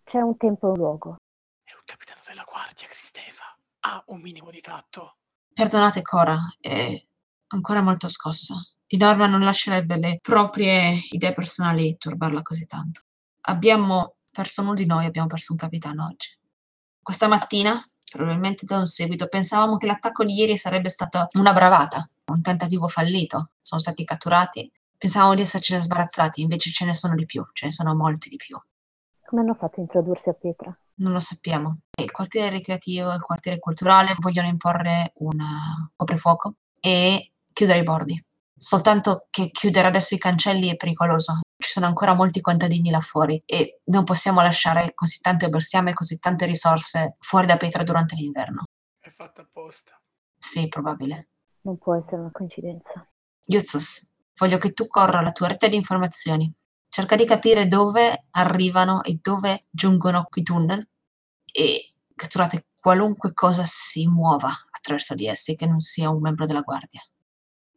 C'è un tempo e un luogo.
È un capitano della guardia, Cristefa. Ha un minimo di tatto.
Perdonate Cora, è ancora molto scossa. Di norma non lascerebbe le proprie idee personali turbarla così tanto. Abbiamo perso uno di noi, abbiamo perso un capitano oggi. Questa mattina, probabilmente da un seguito, pensavamo che l'attacco di ieri sarebbe stato una bravata, un tentativo fallito. Sono stati catturati. Pensavamo di essercene sbarazzati, invece ce ne sono di più, ce ne sono molti di più.
Come hanno fatto a introdursi a Pietra?
Non lo sappiamo. Il quartiere ricreativo e il quartiere culturale vogliono imporre un eh, coprifuoco e chiudere i bordi. Soltanto che chiudere adesso i cancelli è pericoloso. Ci sono ancora molti contadini là fuori e non possiamo lasciare così tante bestiame e così tante risorse fuori da Petra durante l'inverno.
È fatto apposta.
Sì, probabile.
Non può essere una coincidenza.
Yuzus, voglio che tu corra la tua rete di informazioni. Cerca di capire dove arrivano e dove giungono quei tunnel e catturate qualunque cosa si muova attraverso di essi che non sia un membro della guardia.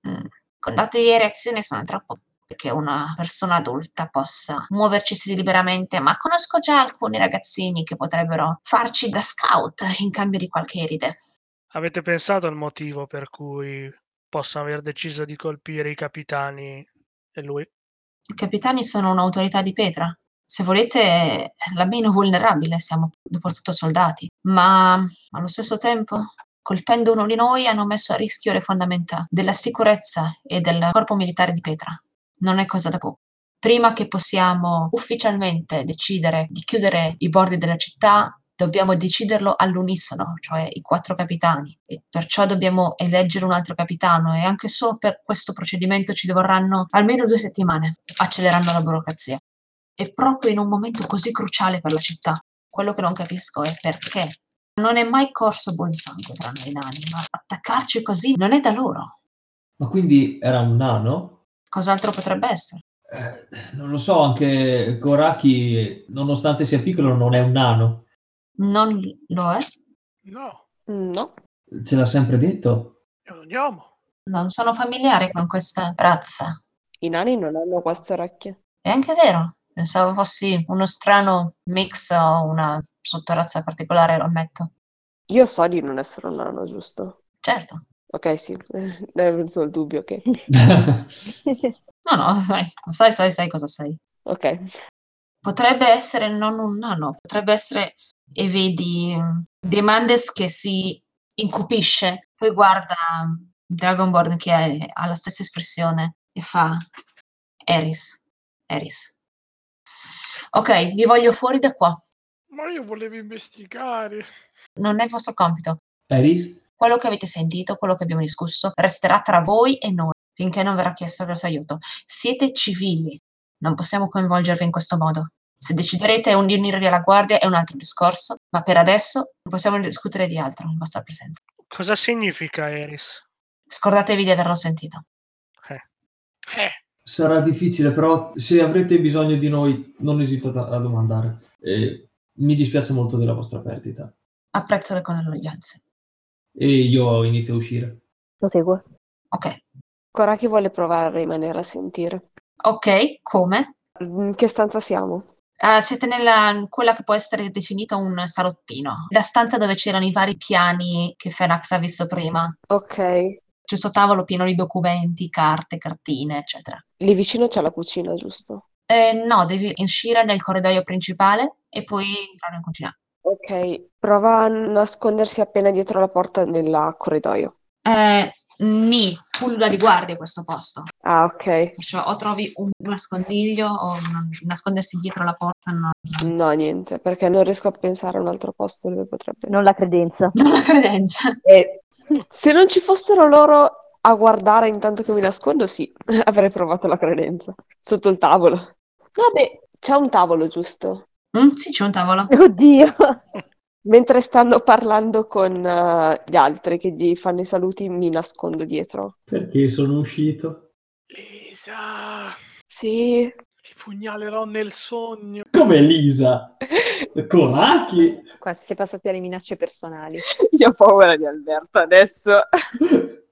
Mm. Condotte di reazione sono troppo perché una persona adulta possa muovercisi liberamente, ma conosco già alcuni ragazzini che potrebbero farci da scout in cambio di qualche eride.
Avete pensato al motivo per cui possono aver deciso di colpire i capitani e lui?
I capitani sono un'autorità di pietra. Se volete, la meno vulnerabile, siamo dopo tutto soldati, ma allo stesso tempo, colpendo uno di noi, hanno messo a rischio le fondamenta della sicurezza e del corpo militare di pietra. Non è cosa da poco. Prima che possiamo ufficialmente decidere di chiudere i bordi della città, dobbiamo deciderlo all'unisono, cioè i quattro capitani, e perciò dobbiamo eleggere un altro capitano e anche solo per questo procedimento ci vorranno almeno due settimane, accelerando la burocrazia. E proprio in un momento così cruciale per la città, quello che non capisco è perché. Non è mai corso buon sangue tra noi nani, ma attaccarci così non è da loro.
Ma quindi era un nano?
Cos'altro potrebbe essere?
Eh, non lo so, anche Koraki, nonostante sia piccolo, non è un nano.
Non lo è?
No,
No,
Ce l'ha sempre detto.
è un gnomo.
Non sono familiare con questa razza.
i nani non hanno queste orecchie.
È anche vero, pensavo fossi uno strano mix o una sottorazza particolare, lo ammetto.
Io so di non essere un nano, giusto?
Certo.
Ok, sì, non so il dubbio che...
No, no, sai, sai, sai, sai cosa sei.
Ok,
Potrebbe essere non un nano, potrebbe essere, e vedi, mm, Demandes che si incupisce, poi guarda mm, Dragonborn che è- ha la stessa espressione e fa Eris, Eris. Ok, vi voglio fuori da qua,
Ma io volevo investigare.
non è il vostro compito.
Eris?
Quello che avete sentito, quello che abbiamo discusso, resterà tra voi e noi finché non verrà chiesto il vostro aiuto. Siete civili, non possiamo coinvolgervi in questo modo. Se deciderete un- di unirvi alla guardia è un altro discorso, ma per adesso non possiamo discutere di altro in vostra presenza.
Cosa significa Eris?
Scordatevi di averlo sentito.
Eh,
Sarà difficile, però se avrete bisogno di noi non esitate a domandare. Eh, mi dispiace molto della vostra perdita.
Apprezzo le condoglianze.
E io inizio a uscire.
Lo seguo.
Ok.
Coraki vuole provare a rimanere a sentire.
Ok, come?
In che stanza siamo?
Eh, siete nella quella che può essere definita un salottino, la stanza dove c'erano i vari piani che Fenax ha visto prima.
Ok,
C'è questo tavolo pieno di documenti, carte, cartine, eccetera.
lì vicino c'è la cucina, giusto?
Eh, no, devi uscire nel corridoio principale e poi entrare in cucina.
Ok, prova a nascondersi appena dietro la porta nel corridoio.
Eh, ni, culla di guardia questo posto.
Ah, ok.
Cioè, o trovi un nascondiglio o non- nascondersi dietro la porta non, non
No, niente, perché non riesco a pensare a un altro posto dove potrebbe...
Non la credenza.
non la credenza.
Eh, se non ci fossero loro a guardare intanto che mi nascondo, sì, avrei provato la credenza. Sotto il tavolo. Vabbè, c'è un tavolo, giusto?
Mm, sì, c'è un tavolo.
Oddio.
Mentre stanno parlando con eh, gli altri che gli fanno i saluti, mi nascondo dietro.
Perché sono uscito?
Lisa,
Sì,
ti pugnalerò nel sogno.
Come Lisa? Coracchi?
Qua si è passati alle minacce personali.
io ho paura di Alberto adesso.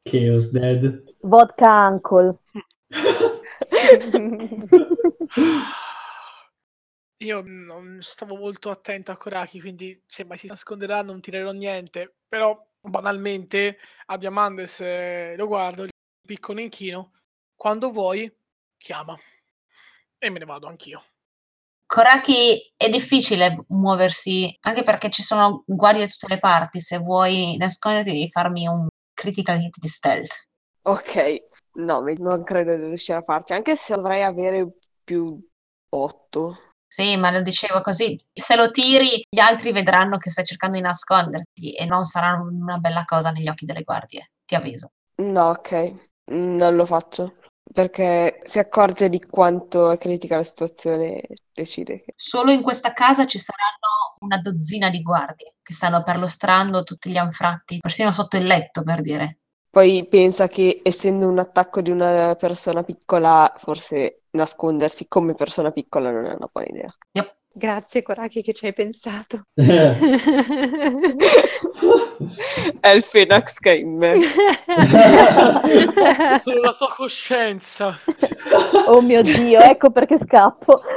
Chaos Dead.
Vodka Uncle.
Io non stavo molto attento a Koraki, quindi se mai si nasconderà non tirerò niente. Però banalmente a Diamandes eh, lo guardo, gli piccolo inchino. Quando vuoi, chiama. E me ne vado anch'io.
Koraki è difficile muoversi, anche perché ci sono guardie da tutte le parti. Se vuoi nasconderti devi farmi un critical hit di stealth.
Ok, no, mi- non credo di riuscire a farci, anche se dovrei avere più 8.
Sì, ma lo dicevo così. Se lo tiri, gli altri vedranno che stai cercando di nasconderti e non sarà una bella cosa negli occhi delle guardie. Ti avviso.
No, ok, non lo faccio. Perché si accorge di quanto è critica la situazione e decide che...
Solo in questa casa ci saranno una dozzina di guardie che stanno perlustrando tutti gli anfratti, persino sotto il letto, per dire.
Poi pensa che essendo un attacco di una persona piccola, forse nascondersi come persona piccola non è una buona idea.
Grazie, Coraki, che ci hai pensato.
Eh.
È il Fenax che è in me.
Solo la sua coscienza.
Oh mio Dio, ecco perché scappo.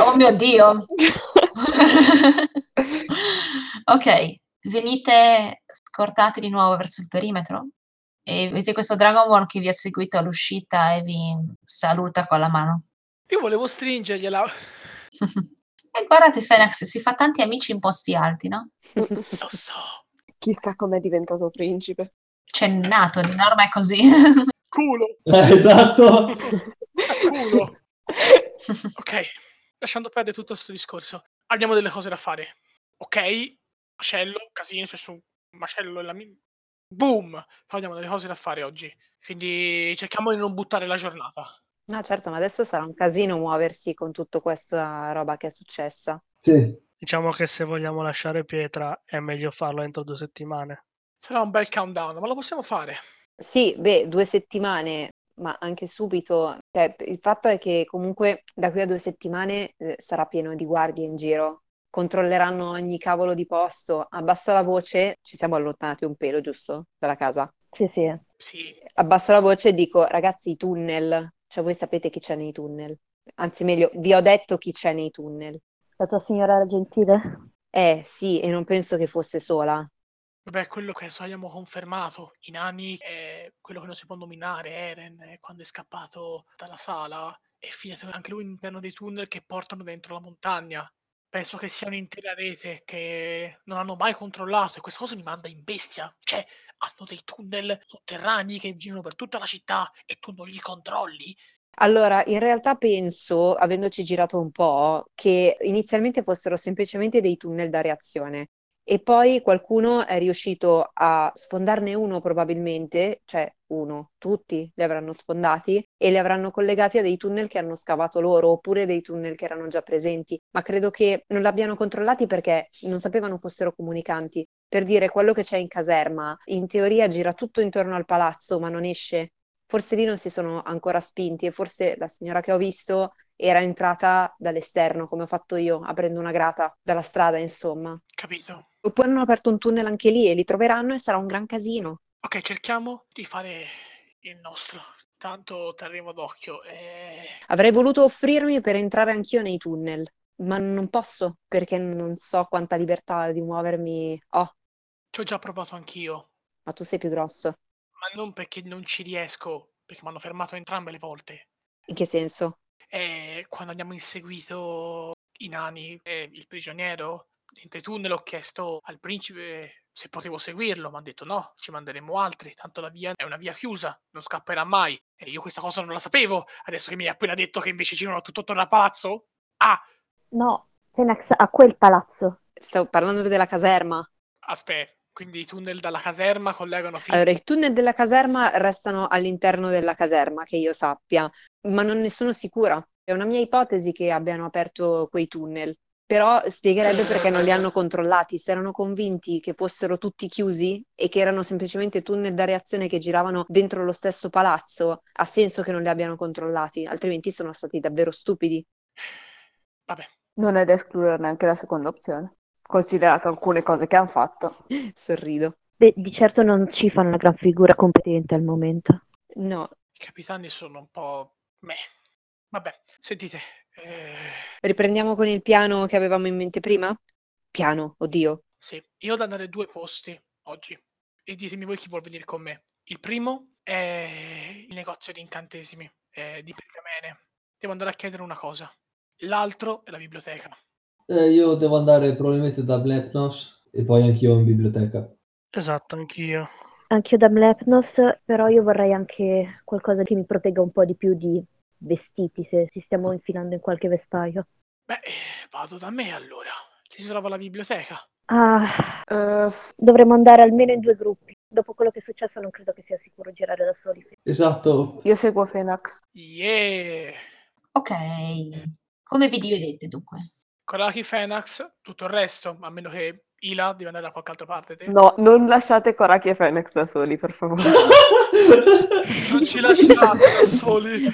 Oh mio Dio! ok, venite scortati di nuovo verso il perimetro e vedete questo Dragonborn che vi ha seguito all'uscita e vi saluta con la mano.
Io volevo stringergliela.
e guardate Fenax, si fa tanti amici in posti alti, no?
Lo so.
Chissà com'è diventato principe.
C'è nato, di norma è così.
Culo,
Eh, esatto.
culo. Ok, lasciando perdere tutto questo discorso, abbiamo delle cose da fare. Ok, macello, casino, c'è su macello e la mi- Boom! Però abbiamo delle cose da fare oggi. Quindi cerchiamo di non buttare la giornata.
No, certo, ma adesso sarà un casino muoversi con tutta questa roba che è successa.
Sì.
Diciamo che se vogliamo lasciare pietra è meglio farlo entro due settimane.
Sarà un bel countdown, ma lo possiamo fare.
Sì, beh, due settimane, ma anche subito. Cioè, il fatto è che comunque da qui a due settimane eh, sarà pieno di guardie in giro. Controlleranno ogni cavolo di posto. Abbasso la voce, ci siamo allontanati un pelo, giusto? Dalla casa.
Sì, sì.
Sì,
Abbasso la voce e dico, ragazzi, i tunnel. Cioè, voi sapete chi c'è nei tunnel. Anzi, meglio, vi ho detto chi c'è nei tunnel.
La tua signora gentile.
Eh, sì, e non penso che fosse sola.
vabbè, quello che so abbiamo confermato. I nani, eh, quello che non si può nominare, Eren, eh, quando è scappato dalla sala, è finito anche lui all'interno dei tunnel che portano dentro la montagna. Penso che sia un'intera rete che non hanno mai controllato e questa cosa mi manda in bestia. Cioè, hanno dei tunnel sotterranei che girano per tutta la città e tu non li controlli?
Allora, in realtà penso, avendoci girato un po', che inizialmente fossero semplicemente dei tunnel da reazione E poi qualcuno è riuscito a sfondarne uno probabilmente, cioè uno, tutti li avranno sfondati e li avranno collegati a dei tunnel che hanno scavato loro oppure dei tunnel che erano già presenti, ma credo che non l'abbiano controllati perché non sapevano fossero comunicanti. Per dire quello che c'è in caserma, in teoria gira tutto intorno al palazzo, ma non esce. Forse lì non si sono ancora spinti e forse la signora che ho visto era entrata dall'esterno, come ho fatto io, aprendo una grata dalla strada, insomma.
Capito?
Oppure hanno aperto un tunnel anche lì e li troveranno e sarà un gran casino.
Ok, cerchiamo di fare il nostro. Tanto terremo d'occhio. eh, E...
Avrei voluto offrirmi per entrare anch'io nei tunnel, ma non posso perché non so quanta libertà di muovermi ho,
Ci ho già provato anch'io,
ma tu sei più grosso.
ma non perché non ci riesco, perché mi hanno fermato entrambe le volte.
In che senso?
E quando abbiamo inseguito i nani e il prigioniero, dentro i tunnel ho chiesto al principe se potevo seguirlo, mi ha detto no, ci manderemo altri, tanto la via è una via chiusa, non scapperà mai. E io questa cosa non la sapevo, adesso che mi hai appena detto che invece girano tutto attorno al palazzo? Ah,
No, Fenax a quel palazzo.
Stavo parlando della caserma.
aspetta, quindi i tunnel dalla caserma collegano fino...
Allora, i tunnel della caserma restano all'interno della caserma, che io sappia, ma non ne sono sicura. È una mia ipotesi che abbiano aperto quei tunnel, però spiegherebbe perché non li hanno controllati. Se erano convinti che fossero tutti chiusi e che erano semplicemente tunnel da reazione che giravano dentro lo stesso palazzo, ha senso che non li abbiano controllati, altrimenti sono stati davvero stupidi.
Vabbè,
Non è da escludere neanche la seconda opzione, considerato alcune cose che hanno fatto.
Sorrido.
Beh, di certo non ci fanno una gran figura competente al momento.
No,
i capitani sono un po'... meh. Vabbè, sentite, eh,
riprendiamo con il piano che avevamo in mente prima? Piano, oddio.
Sì, io ho da andare a due posti oggi e ditemi voi chi vuol venire con me. Il primo è il negozio di incantesimi, eh, di pergamene. Devo andare a chiedere una cosa. L'altro è la biblioteca.
Eh, io devo andare probabilmente da Blepnos e poi anch'io in biblioteca.
Esatto, anch'io.
Anch'io da Mlepnos, però io vorrei anche qualcosa che mi protegga un po' di più di vestiti, se ci stiamo infilando in qualche vespaio.
Beh, eh, vado da me allora. Ci si trova la biblioteca.
Ah,
Eh,
dovremmo andare almeno in due gruppi. Dopo quello che è successo non credo che sia sicuro girare da soli.
Esatto,
io seguo Fenax.
Yeah!
Ok, come vi dividete dunque?
Koraki, Fenax, tutto il resto, a meno che Ila deve andare da qualche altra parte. te.
No, non lasciate Koraki e Fenax da soli, per favore.
Non ci lasciate da soli.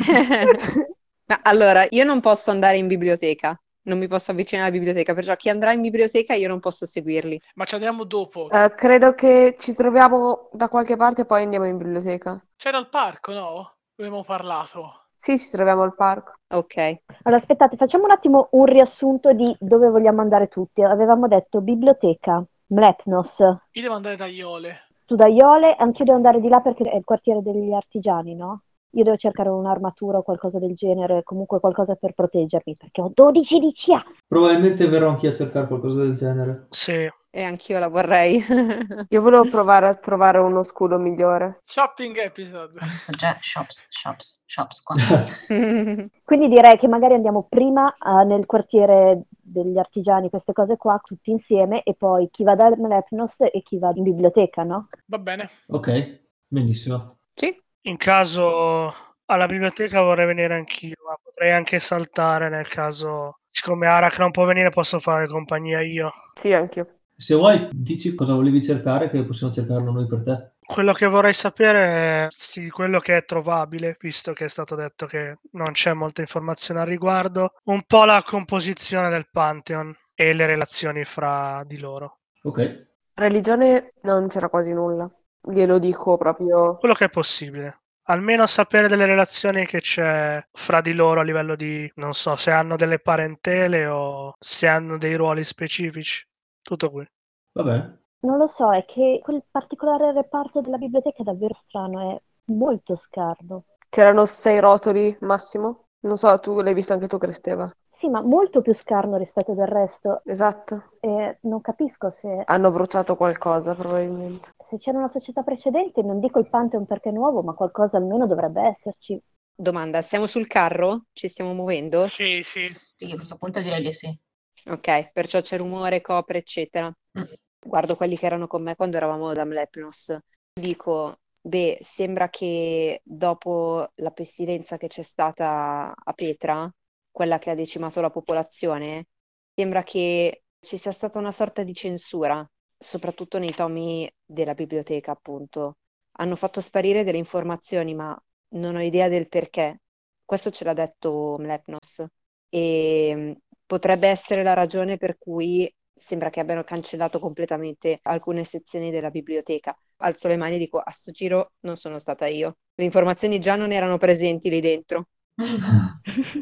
Ma allora, io non posso andare in biblioteca, non mi posso avvicinare alla biblioteca, perciò chi andrà in biblioteca io non posso seguirli.
Ma ci andiamo dopo.
Eh, credo che ci troviamo da qualche parte e poi andiamo in biblioteca.
C'era il parco, no? Abbiamo parlato.
Sì, ci troviamo al parco.
Ok,
Allora, aspettate, facciamo un attimo un riassunto di dove vogliamo andare tutti. Avevamo detto biblioteca, Mlepnos,
Io devo andare da Iole.
Tudaiole, anch'io devo andare di là perché è il quartiere degli artigiani, no? Io devo cercare un'armatura o qualcosa del genere, comunque qualcosa per proteggermi, perché ho 12 di CA.
probabilmente verrò anch'io a cercare qualcosa del genere.
Sì,
e anch'io la vorrei.
Io volevo provare a trovare uno scudo migliore.
Shopping episode.
Cosa sto già? Shops, shops, shops qua.
Quindi direi che magari andiamo prima eh, nel quartiere degli artigiani, queste cose qua, tutti insieme, e poi chi va da Mlepnos e chi va in biblioteca, no?
Va bene.
Ok, benissimo.
Sì,
in caso alla biblioteca vorrei venire anch'io, ma potrei anche saltare nel caso, siccome Arach non può venire, posso fare compagnia io.
Sì, anch'io.
Se vuoi, dici cosa volevi cercare, che possiamo cercarlo noi per te.
Quello che vorrei sapere è sì, quello che è trovabile, visto che è stato detto che non c'è molta informazione al riguardo, un po' la composizione del Pantheon e le relazioni fra di loro.
Ok,
Religione non c'era quasi nulla. Glielo dico proprio.
Quello che è possibile. Almeno sapere delle relazioni che c'è fra di loro a livello di, non so, se hanno delle parentele o se hanno dei ruoli specifici. Tutto qui.
va bene.
Non lo so, è che quel particolare reparto della biblioteca è davvero strano, è molto scarno.
C'erano sei rotoli massimo. Non so, tu l'hai visto anche tu, Cristeva.
Sì, ma molto più scarno rispetto del resto,
Esatto.
e non capisco se...
Hanno bruciato qualcosa, probabilmente.
se c'era una società precedente, non dico il Pantheon perché è nuovo, ma qualcosa almeno dovrebbe esserci.
domanda, siamo sul carro? Ci stiamo muovendo?
Sì, sì.
Sì, a questo punto direi di sì.
Ok, perciò c'è rumore, copre, eccetera.
Mm.
guardo quelli che erano con me quando eravamo ad Amlepnos, dico, beh, sembra che dopo la pestilenza che c'è stata a Petra, quella che ha decimato la popolazione, sembra che ci sia stata una sorta di censura, soprattutto nei tomi della biblioteca, appunto. Hanno fatto sparire delle informazioni, ma non ho idea del perché. Questo ce l'ha detto Mlepnos e mh, Ehm, potrebbe essere la ragione per cui sembra che abbiano cancellato completamente alcune sezioni della biblioteca. Alzo le mani e dico, a sto giro non sono stata io. Le informazioni già non erano presenti lì dentro.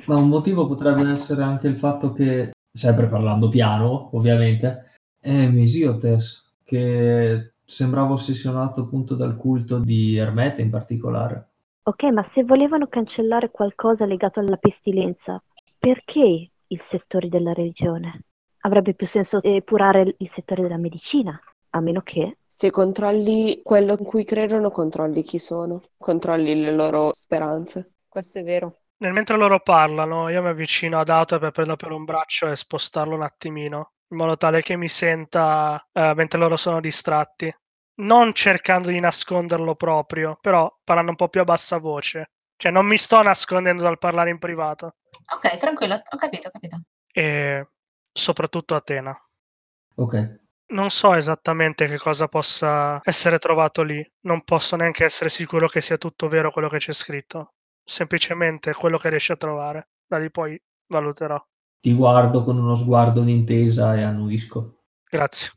Ma un motivo potrebbe essere anche il fatto che, sempre parlando piano, ovviamente, è Misiotes, che sembrava ossessionato appunto dal culto di Ermete in particolare.
Ok, ma se volevano cancellare qualcosa legato alla pestilenza, perché i settori della religione? Avrebbe più senso epurare il settore della medicina, a meno che...
Se controlli quello in cui credono, controlli chi sono, controlli le loro speranze.
Questo è vero.
Nel mentre loro parlano, io mi avvicino ad Ata per prenderlo per un braccio e spostarlo un attimino, in modo tale che mi senta eh, mentre loro sono distratti. Non cercando di nasconderlo proprio, però parlando un po' più a bassa voce. Cioè, non mi sto nascondendo dal parlare in privato.
Ok, tranquillo, ho capito, ho capito.
E soprattutto Atena.
Ok,
Non so esattamente che cosa possa essere trovato lì, non posso neanche essere sicuro che sia tutto vero quello che c'è scritto. Semplicemente quello che riesci a trovare, da lì poi valuterò.
ti guardo con uno sguardo d'intesa e annuisco.
Grazie.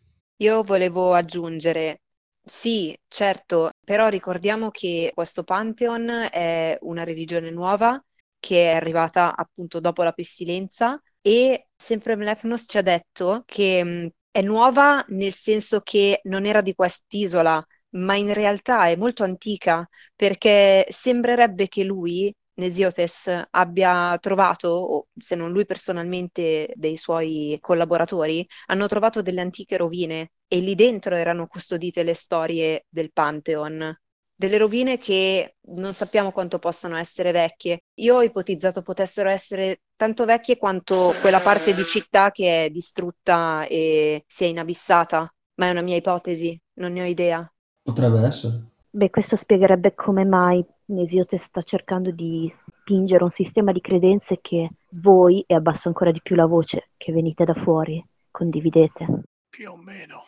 Io volevo aggiungere, sì, certo, però ricordiamo che questo Pantheon è una religione nuova che è arrivata appunto dopo la pestilenza e sempre Mlepnos ci ha detto che mh, è nuova nel senso che non era di quest'isola, ma in realtà è molto antica perché sembrerebbe che lui, Nesiotes, abbia trovato, o se non lui personalmente, dei suoi collaboratori, hanno trovato delle antiche rovine e lì dentro erano custodite le storie del Pantheon. Delle rovine che non sappiamo quanto possano essere vecchie. Io ho ipotizzato potessero essere tanto vecchie quanto quella parte di città che è distrutta e si è inabissata, ma è una mia ipotesi, non ne ho idea.
Potrebbe essere.
Beh, questo spiegherebbe come mai Nesiote sta cercando di spingere un sistema di credenze che voi, e abbasso ancora di più la voce, che venite da fuori, condividete.
Più o meno.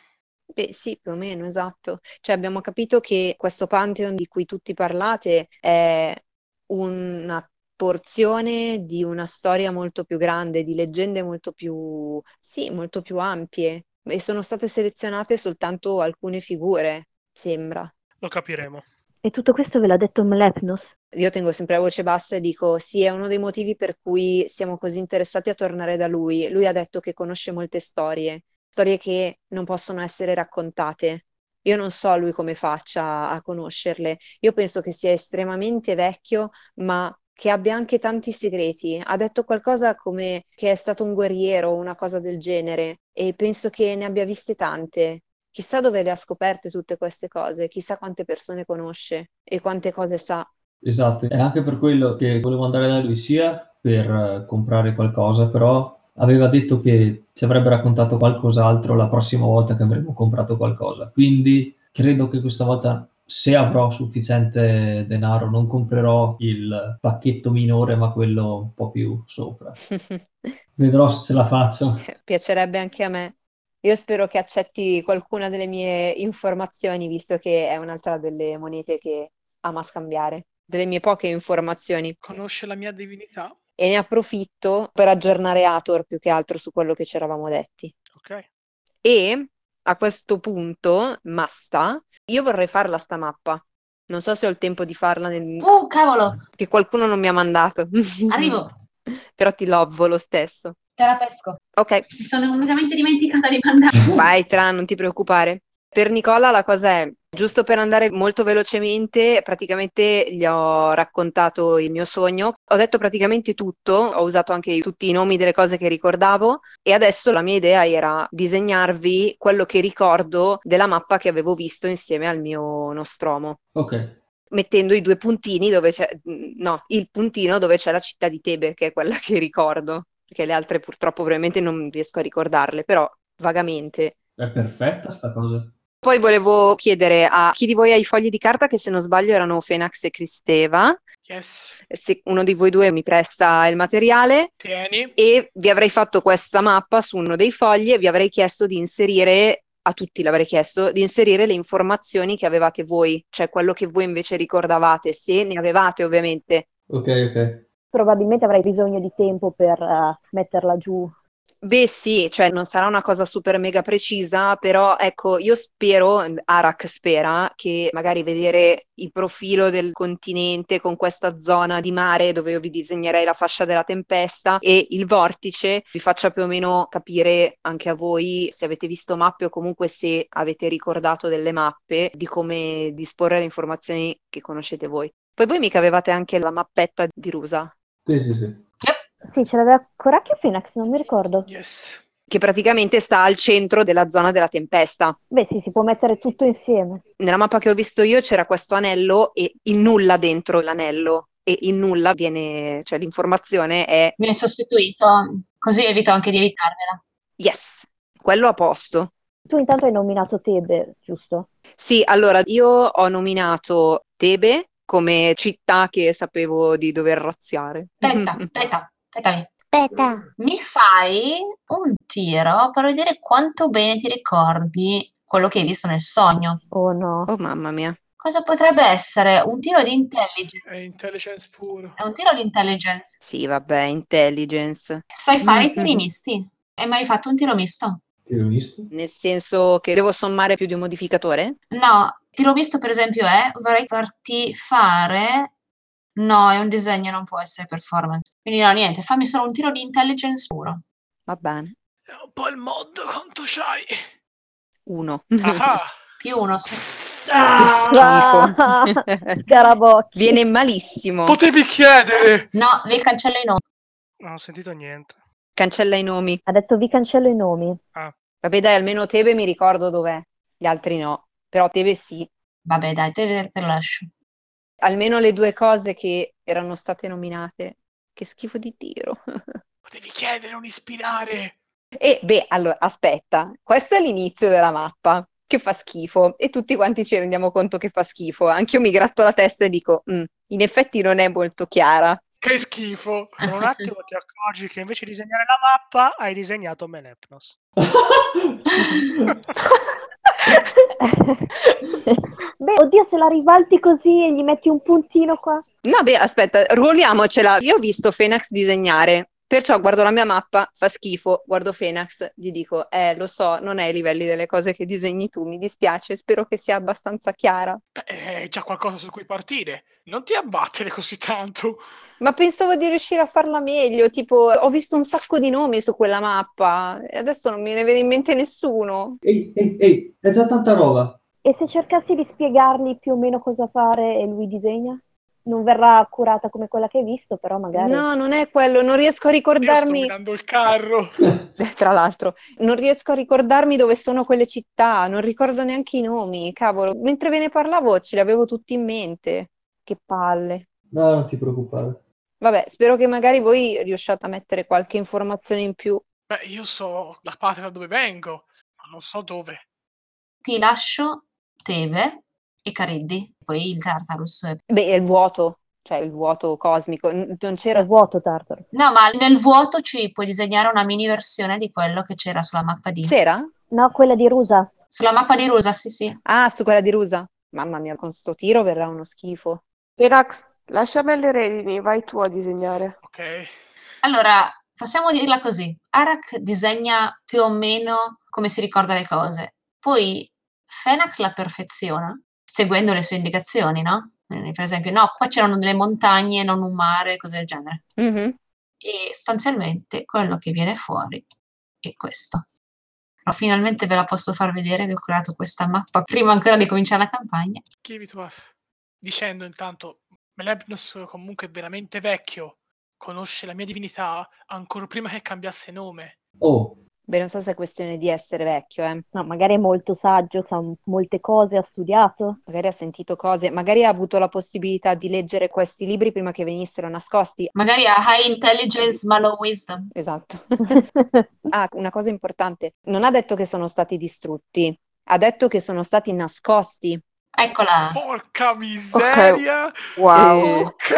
Beh, sì, più o meno, esatto. Cioè abbiamo capito che questo Pantheon di cui tutti parlate è una porzione di una storia molto più grande, di leggende molto più, sì, molto più ampie. E sono state selezionate soltanto alcune figure, sembra.
Lo capiremo.
E tutto questo ve l'ha detto Mlepnos?
Io tengo sempre la voce bassa e dico: Sì, è uno dei motivi per cui siamo così interessati a tornare da lui. Lui ha detto che conosce molte storie, storie che non possono essere raccontate. Io non so lui come faccia a conoscerle. Io penso che sia estremamente vecchio, ma che abbia anche tanti segreti. Ha detto qualcosa come che è stato un guerriero, una cosa del genere, e penso che ne abbia viste tante. Chissà dove le ha scoperte tutte queste cose, chissà quante persone conosce e quante cose sa.
Esatto, è anche per quello che volevo andare da lui sia per eh, comprare qualcosa, però aveva detto che ci avrebbe raccontato qualcos'altro la prossima volta che avremmo comprato qualcosa. Quindi credo che questa volta, se avrò sufficiente denaro, non comprerò il pacchetto minore, ma quello un po' più sopra. Vedrò se ce la faccio.
Piacerebbe anche a me. Io spero che accetti qualcuna delle mie informazioni, visto che è un'altra delle monete che ama scambiare, delle mie poche informazioni.
Conosce la mia divinità?
E ne approfitto per aggiornare Ator più che altro su quello che ci eravamo detti.
Ok.
E a questo punto, Masta, io vorrei farla sta mappa. Non so se ho il tempo di farla nel...
Uh, cavolo,
che qualcuno non mi ha mandato.
arrivo,
Però ti lovvo lo stesso.
te la pesco.
Ok,
Mi sono completamente dimenticata di mandarlo.
Vai, Tra, non ti preoccupare. Per Nicola la cosa è, giusto per andare molto velocemente, praticamente gli ho raccontato il mio sogno, ho detto praticamente tutto, ho usato anche i- tutti i nomi delle cose che ricordavo e adesso la mia idea era disegnarvi quello che ricordo della mappa che avevo visto insieme al mio Nostromo,
Ok,
mettendo i due puntini dove c'è, no, il puntino dove c'è la città di Tebe, che è quella che ricordo, perché le altre purtroppo probabilmente non riesco a ricordarle, però vagamente
È perfetta sta cosa.
Poi volevo chiedere a chi di voi ha i fogli di carta che se non sbaglio erano Fenax e Cristeva,
Yes.
se uno di voi due mi presta il materiale
Tieni.
e vi avrei fatto questa mappa su uno dei fogli e vi avrei chiesto di inserire, a tutti l'avrei chiesto, di inserire le informazioni che avevate voi, cioè quello che voi invece ricordavate, se ne avevate ovviamente.
Ok, ok.
Probabilmente avrai bisogno di tempo per eh, metterla giù.
Beh sì, cioè non sarà una cosa super mega precisa, però ecco, io spero, Arak spera, che magari vedere il profilo del continente con questa zona di mare dove io vi disegnerei la fascia della tempesta e il vortice vi faccia più o meno capire anche a voi se avete visto mappe o comunque se avete ricordato delle mappe di come disporre le informazioni che conoscete voi. Poi voi mica avevate anche la mappetta di Rusa?
Sì, sì, sì.
Sì, ce l'aveva Coracchio o Phoenix, non mi ricordo.
Yes.
che praticamente sta al centro della zona della tempesta.
Beh, sì, si può mettere tutto insieme.
Nella mappa che ho visto io c'era questo anello e il nulla dentro l'anello e il nulla viene, cioè l'informazione è
Viene sostituito, così evito anche di evitarmela.
yes, quello a posto.
Tu intanto hai nominato Tebe, giusto?
Sì, allora io ho nominato Tebe come città che sapevo di dover razziare.
Aspetta, aspetta, aspettami.
Aspetta,
Mi fai un tiro per vedere quanto bene ti ricordi quello che hai visto nel sogno.
Oh no.
Oh mamma mia.
Cosa potrebbe essere? Un tiro di intelligence.
È intelligence puro.
È un tiro di intelligence.
Sì, vabbè, intelligence.
Sai fare i
Mm,
tiri
mm.
misti? Hai mai fatto un tiro misto?
Tiro misto.
Nel senso che devo sommare più di un modificatore?
No, tiro misto per esempio è vorrei farti fare... No, è un disegno, non può essere performance. Quindi no, niente, fammi solo un tiro di intelligence puro.
Va bene.
È un po' il mod quanto c'hai.
Uno.
Ah
Più uno. sì.
Che
Ah!
schifo.
Scarabocchi.
Viene malissimo.
Potevi chiedere.
No, vi cancello i nomi.
Non ho sentito niente. Ah,
Cancella i nomi.
Ha detto vi cancello i nomi.
Vabbè, dai, almeno Tebe mi ricordo dov'è, gli altri no. Però Tebe sì.
Vabbè, dai, te, te lo lascio.
Almeno le due cose che erano state nominate. Che schifo di tiro.
Potevi chiedere un ispirare.
E beh, allora, aspetta, questo è l'inizio della mappa che fa schifo e tutti quanti ci rendiamo conto che fa schifo. Anch'io mi gratto la testa e dico, "Mm, in effetti non è molto chiara.
Che schifo.
Per un attimo ti accorgi che invece di disegnare la mappa hai disegnato Melepnos.
Beh, oddio, se la ribalti così e gli metti un puntino qua.
No, beh, aspetta, ruoliamocela. Io ho visto Fenax disegnare, perciò guardo la mia mappa, fa schifo, guardo Fenax, gli dico, eh, lo so, non è ai livelli delle cose che disegni tu, mi dispiace, spero che sia abbastanza chiara.
Beh, è già qualcosa su cui partire. Non ti abbattere così tanto.
Ma pensavo di riuscire a farla meglio, tipo, ho visto un sacco di nomi su quella mappa e adesso non me ne viene in mente nessuno.
Ehi, ehi, ehi, è già tanta roba.
E se cercassi di spiegargli più o meno cosa fare e lui disegna? Non verrà accurata come quella che hai visto, però magari.
No, non è quello, non riesco a
Io sto
ricordarmi.
guidando il carro.
Eh, Tra l'altro, non riesco a ricordarmi dove sono quelle città, non ricordo neanche i nomi, cavolo. Mentre ve ne parlavo ce li avevo tutti in mente. Che palle.
No, non ti preoccupare.
Vabbè, spero che magari voi riusciate a mettere qualche informazione in più.
Beh, io so la patria dove vengo, ma non so dove.
Ti lascio Tebe e Cariddi. Poi il Tartarus. è-
Beh, è il vuoto, cioè il vuoto cosmico. N- non
È
c'era...
vuoto Tartar.
No, ma nel vuoto ci puoi disegnare una mini versione di quello che c'era sulla mappa di...
C'era?
No, quella di Rusa.
Sulla mappa di Rusa, sì, sì.
Ah, su quella di Rusa. Mamma mia, con sto tiro verrà uno schifo.
Fenax, lasciami alle redini, vai tu a disegnare.
Ok.
Allora, possiamo dirla così. Arak disegna più o meno come si ricorda le cose. Poi Fenax la perfeziona, seguendo le sue indicazioni, no? Quindi, per esempio, no, qua c'erano delle montagne, non un mare, cose del genere.
Mhm.
E sostanzialmente quello che viene fuori è questo. Però finalmente ve la posso far vedere, vi ho creato questa mappa prima ancora di cominciare la campagna.
Give it to us. Dicendo intanto, Melebnos comunque è veramente vecchio, conosce la mia divinità ancora prima che cambiasse nome.
Oh,
Beh, non so se è questione di essere vecchio, eh.
No, magari è molto saggio, sa m- molte cose, ha studiato.
Magari ha sentito cose, magari ha avuto la possibilità di leggere questi libri prima che venissero nascosti.
Magari ha high intelligence ma low wisdom.
Esatto. Ah, una cosa importante, non ha detto che sono stati distrutti, ha detto che sono stati nascosti.
Eccola.
Porca miseria!
Eh,
Ok!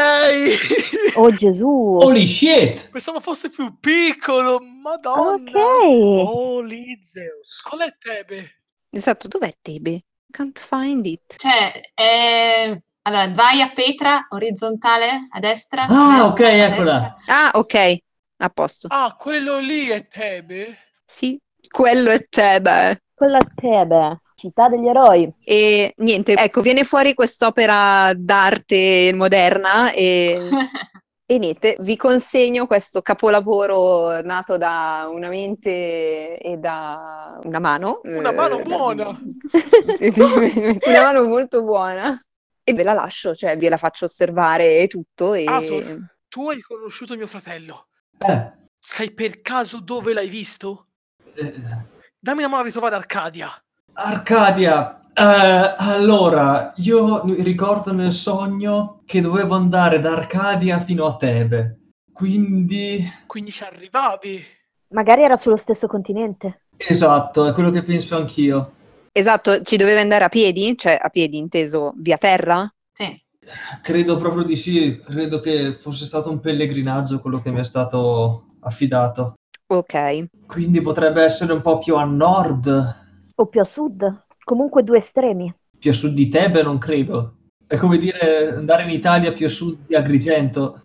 Oh Gesù!
Holy shit!
Pensavo fosse più piccolo, madonna!
Ok!
Holy Zeus.
Qual è Tebe?
Esatto, dov'è Tebe? Can't find it.
Cioè, eh, allora, vai a Petra, orizzontale, a destra.
Ah,
a destra,
ok,
a
eccola.
destra.
Ah, ok, a posto.
Ah, quello lì è Tebe?
Sì, quello è Tebe.
Quella Tebe, città degli eroi.
E niente, ecco, viene fuori quest'opera d'arte moderna e, e niente, vi consegno questo capolavoro nato da una mente e da una mano.
Una
eh,
mano
da-
buona!
una mano molto buona. E ve la lascio, cioè ve la faccio osservare e tutto. E...
Arthur. Tu hai conosciuto mio fratello.
Eh,
Sai per caso dove l'hai visto?
eh,
Dammi una mano a ritrovare Arcadia.
Arcadia, eh, allora, io ricordo nel sogno che dovevo andare da Arcadia fino a Tebe. Quindi,
Quindi ci arrivavi.
Magari era sullo stesso continente.
esatto, è quello che penso anch'io.
Esatto, ci doveva andare a piedi, cioè a piedi inteso via terra.
Sì.
Credo proprio di sì, credo che fosse stato un pellegrinaggio quello che mi è stato affidato.
Ok,
Quindi potrebbe essere un po' più a nord,
O più a sud. Comunque due estremi.
più a sud di Tebe, non credo. È come dire andare in Italia più a sud di Agrigento.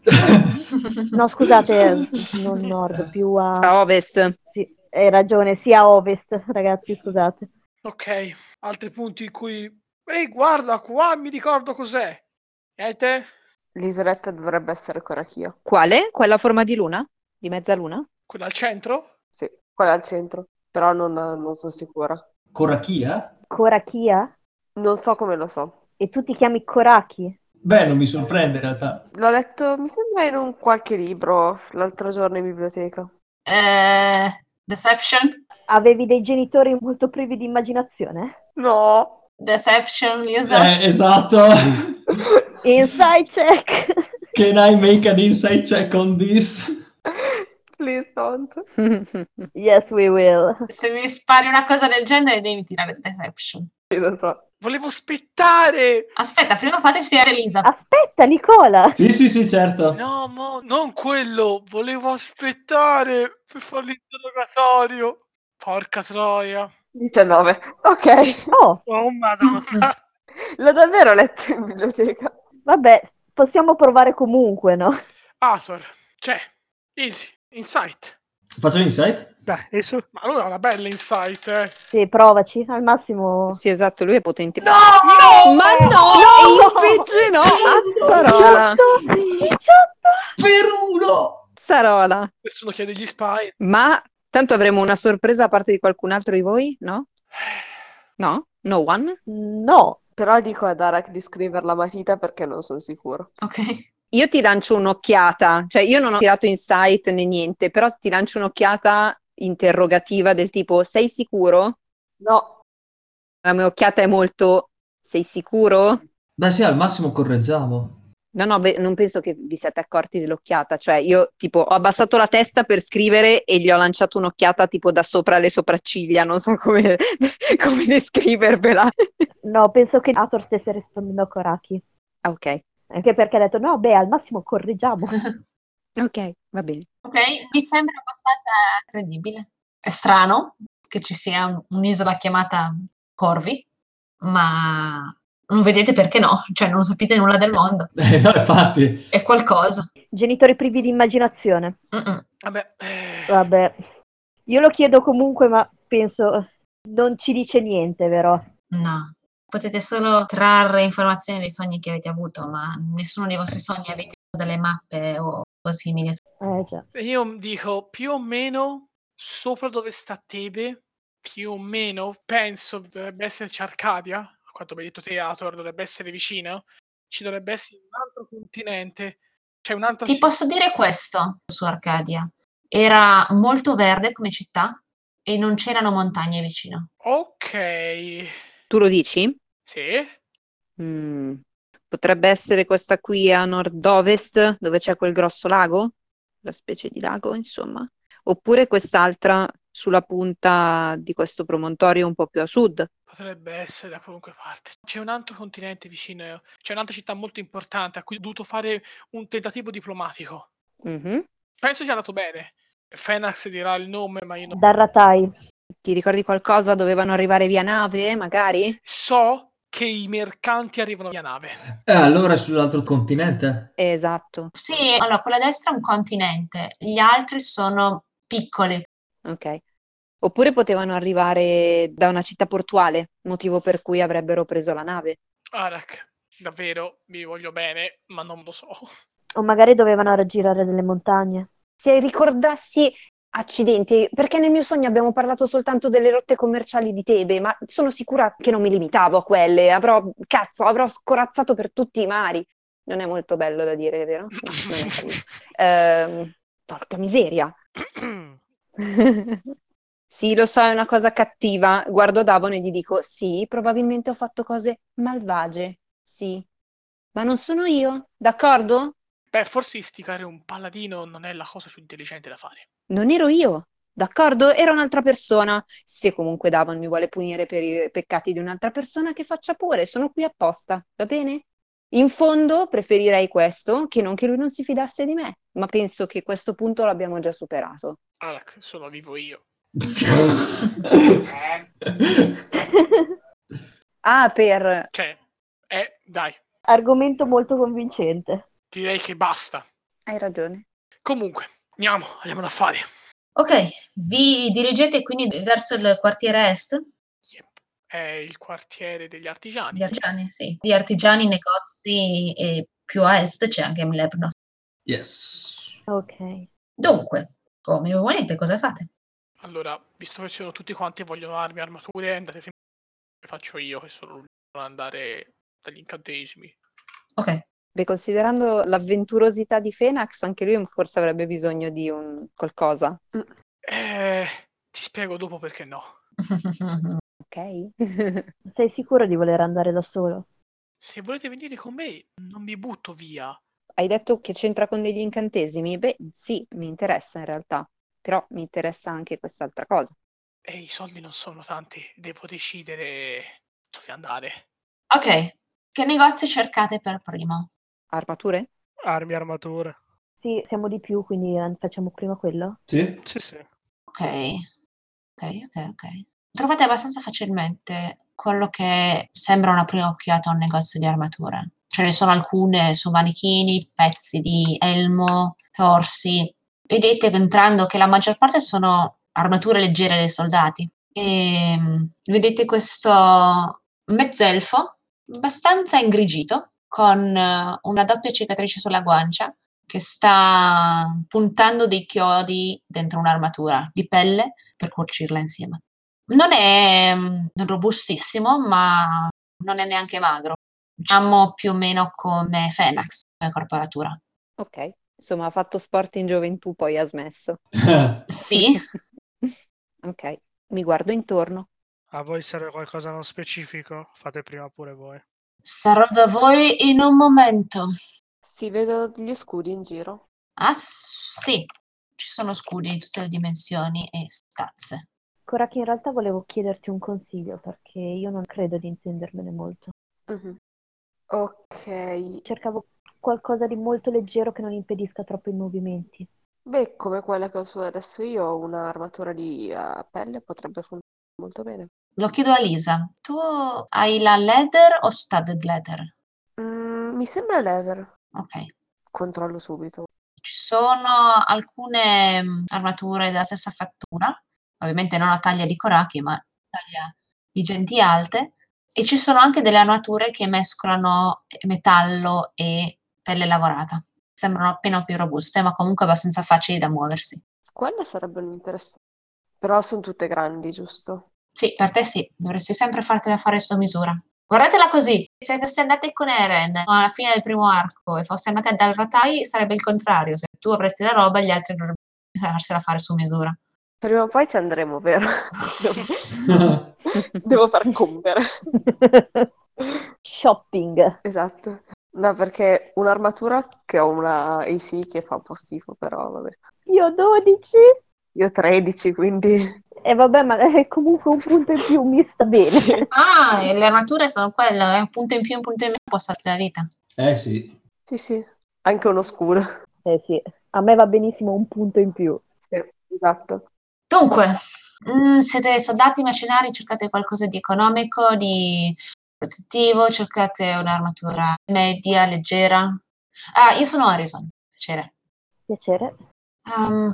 No, scusate, non nord, più a...
a ovest.
Sì, hai ragione, sì, a ovest, ragazzi, scusate.
Ok, altri punti in cui... Ehi, guarda qua, mi ricordo cos'è. E te?
L'isoletta dovrebbe essere Corachia.
Quale? Quella a forma di luna? Di mezzaluna?
Quella al centro?
Sì, quella al centro. Però non, non sono sicura.
Corachia?
Korachia?
Non so come lo so.
E tu ti chiami Koraki?
Beh, non mi sorprende in realtà.
L'ho letto, mi sembra, in un qualche libro l'altro giorno in biblioteca.
Eh, deception?
Avevi dei genitori molto privi di immaginazione?
No.
Deception, user?
Eh, esatto.
Inside check!
Can I make an inside check on this?
Please don't.
yes, we will.
Se mi spari una cosa del genere devi tirare deception.
Sì, lo so.
Volevo aspettare!
Aspetta, prima fateci tirare Lisa.
Ah. Aspetta, Nicola!
Sì, sì, sì, certo.
No, mo, non quello. Volevo aspettare per fare l'interrogatorio. Porca troia.
19. Ok.
Oh,
Oh madonna.
L'ho davvero letto in biblioteca.
vabbè, possiamo provare comunque, no?
Arthur, c'è. Easy. Insight.
Faccio l'insight?
Dai, e su.
Ma lui ha una bella insight, eh.
Sì, provaci, al massimo...
sì, esatto, lui è potente.
No!
Ma no!
No! Cioè,
E invece no! Azzarola!
18! 18!
Per uno!
Azzarola!
Nessuno chiede gli spy.
Ma tanto avremo una sorpresa da parte di qualcun altro di voi, no? No? No one?
No!
Però dico a Darak di scrivere la matita perché non sono sicuro.
Ok.
Io ti lancio un'occhiata, cioè io non ho tirato insight né niente, però ti lancio un'occhiata interrogativa del tipo sei sicuro?
No.
La mia occhiata è molto sei sicuro?
Beh, sì, al massimo correggiamo.
No, no, beh, non penso che vi siate accorti dell'occhiata, cioè io tipo ho abbassato la testa per scrivere e gli ho lanciato un'occhiata tipo da sopra le sopracciglia, non so come, come descrivervela.
No, penso che Ator stesse rispondendo a Koraki.
Ah, ok,
Anche perché ha detto, no, beh, al massimo correggiamo.
ok, va bene.
Ok, mi sembra abbastanza credibile. È strano che ci sia un- un'isola chiamata Corvi, ma non vedete perché no, cioè non sapete nulla del mondo,
Eh, no, infatti.
è qualcosa.
Genitori privi di immaginazione.
Mm-mm.
Vabbè, eh,
Vabbè, io lo chiedo comunque, ma penso non ci dice niente, vero?
No, potete solo trarre informazioni dai sogni che avete avuto, ma nessuno dei vostri sogni avete delle mappe o cose simili.
Eh già.
io dico più o meno sopra dove sta Tebe, più o meno penso dovrebbe esserci Arcadia, a quanto mi hai detto te, Ator, dovrebbe essere vicina. Ci dovrebbe essere un altro continente, cioè un'altra
Ti
città.
posso dire questo su Arcadia. Era molto verde come città e non c'erano montagne vicino.
Ok.
Tu lo dici?
Sì.
Mm. Potrebbe essere questa qui a nord-ovest, dove c'è quel grosso lago, la specie di lago, insomma, oppure quest'altra sulla punta di questo promontorio un po' più a sud.
Potrebbe essere da qualunque parte. C'è un altro continente vicino, c'è un'altra città molto importante a cui ho dovuto fare un tentativo diplomatico.
Mhm.
Penso sia andato bene. Fenax dirà il nome, ma io non
Darratai.
Ti ricordi qualcosa? Dovevano arrivare via nave, magari?
so che i mercanti arrivano via nave.
Eh, allora è sull'altro continente?
Eh, Esatto,
Sì, allora quella destra è un continente, gli altri sono piccoli.
ok. Oppure potevano arrivare da una città portuale, motivo per cui avrebbero preso la nave.
Arak, davvero vi voglio bene, ma non lo so.
O magari dovevano raggirare delle montagne.
Se ricordassi, accidenti, perché nel mio sogno abbiamo parlato soltanto delle rotte commerciali di Tebe, ma sono sicura che non mi limitavo a quelle. Avrò, cazzo, avrò scorazzato per tutti i mari. Non è molto bello da dire, vero? No, non è bello. Ehm, porca miseria. Sì, lo so, è una cosa cattiva. Guardo Davon e gli dico: Sì, probabilmente ho fatto cose malvagie. Sì, ma non sono io, d'accordo?
Beh, forse istigare un paladino non è la cosa più intelligente da fare.
Non ero io, d'accordo? Era un'altra persona. Se comunque Davon mi vuole punire per i peccati di un'altra persona, che faccia pure, sono qui apposta, va bene? In fondo preferirei questo che non che lui non si fidasse di me, ma penso che questo punto l'abbiamo già superato.
Arak, sono vivo io.
Ah, per...
Cioè, eh, dai,
Argomento molto convincente.
direi che basta.
Hai ragione.
Comunque, andiamo, andiamo da fare.
Ok, vi dirigete quindi verso il quartiere est,
Yep. È il quartiere degli artigiani.
gli artigiani, sì, gli artigiani, negozi e più a est c'è anche Mlebnos.
yes.
Ok.
Dunque, come vi volete, cosa fate?
Allora, visto che ci sono tutti quanti che vogliono armi, armature, andate prima. Le faccio io che sono l'unico a non andare dagli incantesimi.
Ok,
Beh, considerando l'avventurosità di Fenax, anche lui forse avrebbe bisogno di un qualcosa,
Eh, ti spiego dopo perché no.
ok?
Sei sicuro di voler andare da solo?
Se volete venire con me, non mi butto via.
Hai detto che c'entra con degli incantesimi? Beh, sì, mi interessa in realtà, però mi interessa anche quest'altra cosa.
E i soldi non sono tanti, devo decidere dove andare.
ok, che negozio cercate per primo?
Armature?
Armi, armature.
Sì, siamo di più, quindi eh, facciamo prima quello.
Sì?
Sì, sì.
Ok, ok, ok, ok. Trovate abbastanza facilmente quello che sembra una prima occhiata a un negozio di armature. Ce ne sono alcune su manichini, pezzi di elmo, torsi. Vedete entrando che la maggior parte sono armature leggere dei soldati. E mm, vedete questo mezzelfo abbastanza ingrigito, con eh, una doppia cicatrice sulla guancia, che sta puntando dei chiodi dentro un'armatura di pelle per cucirla insieme. Non è mm, robustissimo, ma non è neanche magro. Diciamo più o meno come Fenax, come corporatura.
Ok, insomma, ha fatto sport in gioventù, poi ha smesso.
Sì,
Ok, mi guardo intorno.
A voi serve qualcosa non specifico? Fate prima pure voi.
sarò da voi in un momento.
Sì, vedo gli scudi in giro.
Ah, sì, ci sono scudi di tutte le dimensioni e stazze.
Cora, che in realtà volevo chiederti un consiglio perché io non credo di intendermene molto.
Mhm. Ok.
Cercavo qualcosa di molto leggero che non impedisca troppo i movimenti.
Beh, come quella che ho su adesso io, un'armatura di eh, pelle potrebbe funzionare molto bene.
Lo chiedo a Lisa. Tu hai la leather o studded leather?
Mm, mi sembra leather.
Ok.
Controllo subito.
Ci sono alcune mm, armature della stessa fattura, ovviamente non a taglia di Koraki, ma a taglia di genti alte, e ci sono anche delle armature che mescolano eh, metallo e pelle lavorata. Sembrano appena più robuste, ma comunque abbastanza facili da muoversi.
Quelle sarebbero interessanti. Però sono tutte grandi, giusto?
Sì, per te sì, dovresti sempre fartela fare su misura. Guardatela così, se foste andate con Eren alla fine del primo arco e foste andate dal Ratai sarebbe il contrario, se tu avresti la roba gli altri dovrebbero farsela fare su misura.
Prima o poi ci andremo, vero? Devo far compere.
Shopping.
Esatto. No, perché un'armatura che ho una AC che fa un po' schifo, però vabbè.
Io 12.
Io ho 13, quindi...
E Eh, vabbè, ma è comunque un punto in più, mi sta bene.
Ah, e le armature sono quelle, è un punto in più, un punto in meno, può saltare la vita.
eh sì.
Sì, sì. Anche uno scudo.
Eh sì, a me va benissimo un punto in più.
Sì, esatto.
Dunque, mm, siete soldati mercenari, cercate qualcosa di economico, di protettivo, cercate un'armatura media, leggera. Ah, io sono Harrison, piacere.
Piacere.
Ehm,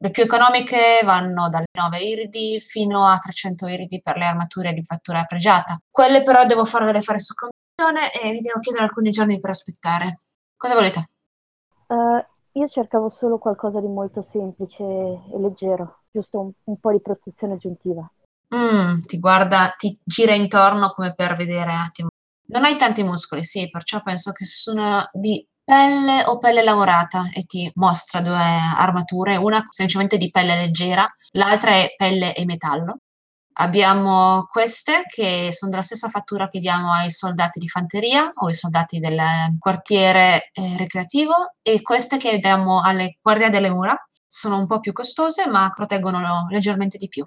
le più economiche vanno dalle 9 iridi fino a 300 iridi per le armature di fattura pregiata. Quelle però devo farvele fare su commissione e vi devo chiedere alcuni giorni per aspettare. Cosa volete?
Eh, io cercavo solo qualcosa di molto semplice e leggero, giusto un, un po' di protezione aggiuntiva.
Mm, ti guarda, ti gira intorno come per vedere un attimo. Non hai tanti muscoli, sì, perciò penso che sono di pelle o pelle lavorata e ti mostra due armature, una semplicemente di pelle leggera, l'altra è pelle e metallo. Abbiamo queste che sono della stessa fattura che diamo ai soldati di fanteria o ai soldati del eh, quartiere eh, ricreativo e queste che diamo alle guardie delle mura. Sono un po' più costose ma proteggono leggermente di più.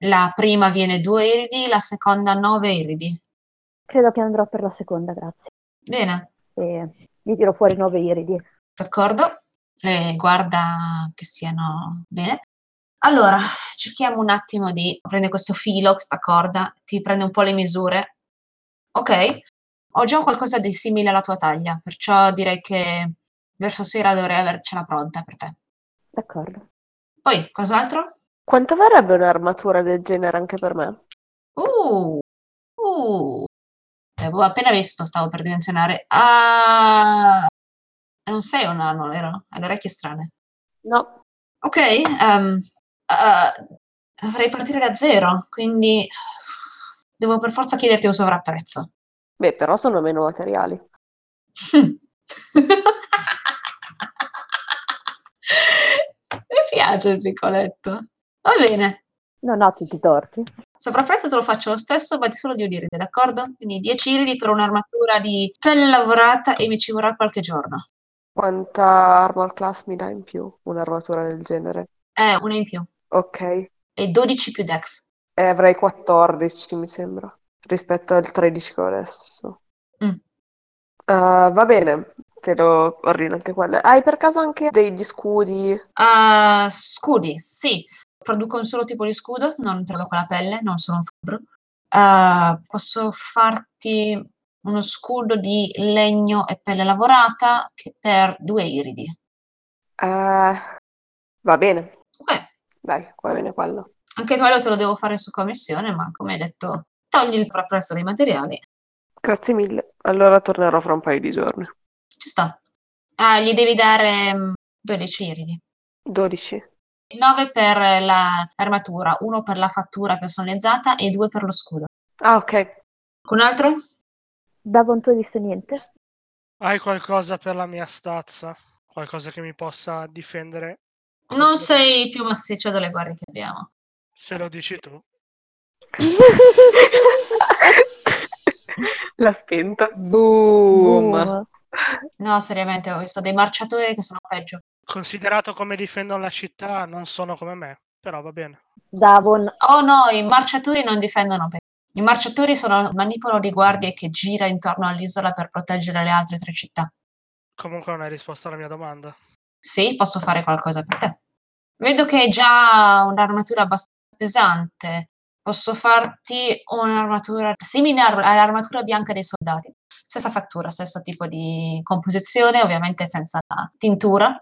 La prima viene 2 iridi, la seconda 9 iridi.
Credo che andrò per la seconda, grazie.
Bene,
E gli tiro fuori 9 iridi.
d'accordo. Le guarda che siano bene. Allora, cerchiamo un attimo di prendere questo filo, questa corda, ti prende un po' le misure. Ok, ho già qualcosa di simile alla tua taglia, perciò direi che verso sera dovrei avercela pronta per te.
D'accordo.
Poi, cos'altro?
Quanto varrebbe un'armatura del genere anche per me?
Uh, uh, l'avevo appena visto, stavo per dimensionare. Ah, non sei un anno, vero? Alle orecchie strane.
No.
Ok, ehm, eh, dovrei partire da zero, quindi devo per forza chiederti un sovrapprezzo.
Beh, però sono meno materiali.
Mi piace il piccoletto. Va bene.
Non ho tutti i torti.
Sovrapprezzo te lo faccio lo stesso, ma solo di un iride, d'accordo? Quindi 10 iridi per un'armatura di pelle lavorata e mi ci vorrà qualche giorno.
Quanta armor class mi dà in più un'armatura del genere?
Eh, una in più.
Ok. E
E 12 più dex.
Eh, avrei 14, mi sembra, rispetto al 13 che ho adesso.
Mm.
Eh, va bene, te lo ordino anche quelle. Hai per caso anche degli scudi?
Ah, scudi, sì. Produco un solo tipo di scudo, non produco la pelle, non sono un fabbro. Ah, posso farti uno scudo di legno e pelle lavorata che per due iridi.
Eh, va bene,
Ok,
dai, va bene quello.
anche quello te lo devo fare su commissione, ma come hai detto, togli il sovrapprezzo dei materiali.
Grazie mille. Allora tornerò fra un paio di giorni.
Ci sta. Ah, gli devi dare mm, 12 iridi.
12.
9 per la- l'armatura, 1 per la fattura personalizzata e 2 per lo scudo.
Ah, ok.
Un altro?
Davon, tu hai visto niente?
Hai qualcosa per la mia stazza? Qualcosa che mi possa difendere?
Non sei più massiccio delle guardie che abbiamo.
Se lo dici tu.
L'ha spenta.
Boom!
Boom.
No, seriamente, ho visto dei marciatori che sono peggio.
Considerato come difendono la città, non sono come me, però va bene.
Davon,
Oh no, i marciatori non difendono bene. I marciatori sono un manipolo di guardie che gira intorno all'isola per proteggere le altre tre città.
Comunque non hai risposto alla mia domanda.
Sì, posso fare qualcosa per te. Vedo che hai già un'armatura abbastanza pesante. Posso farti un'armatura simile ar- all'armatura bianca dei soldati. Stessa fattura, stesso tipo di composizione, ovviamente senza la tintura.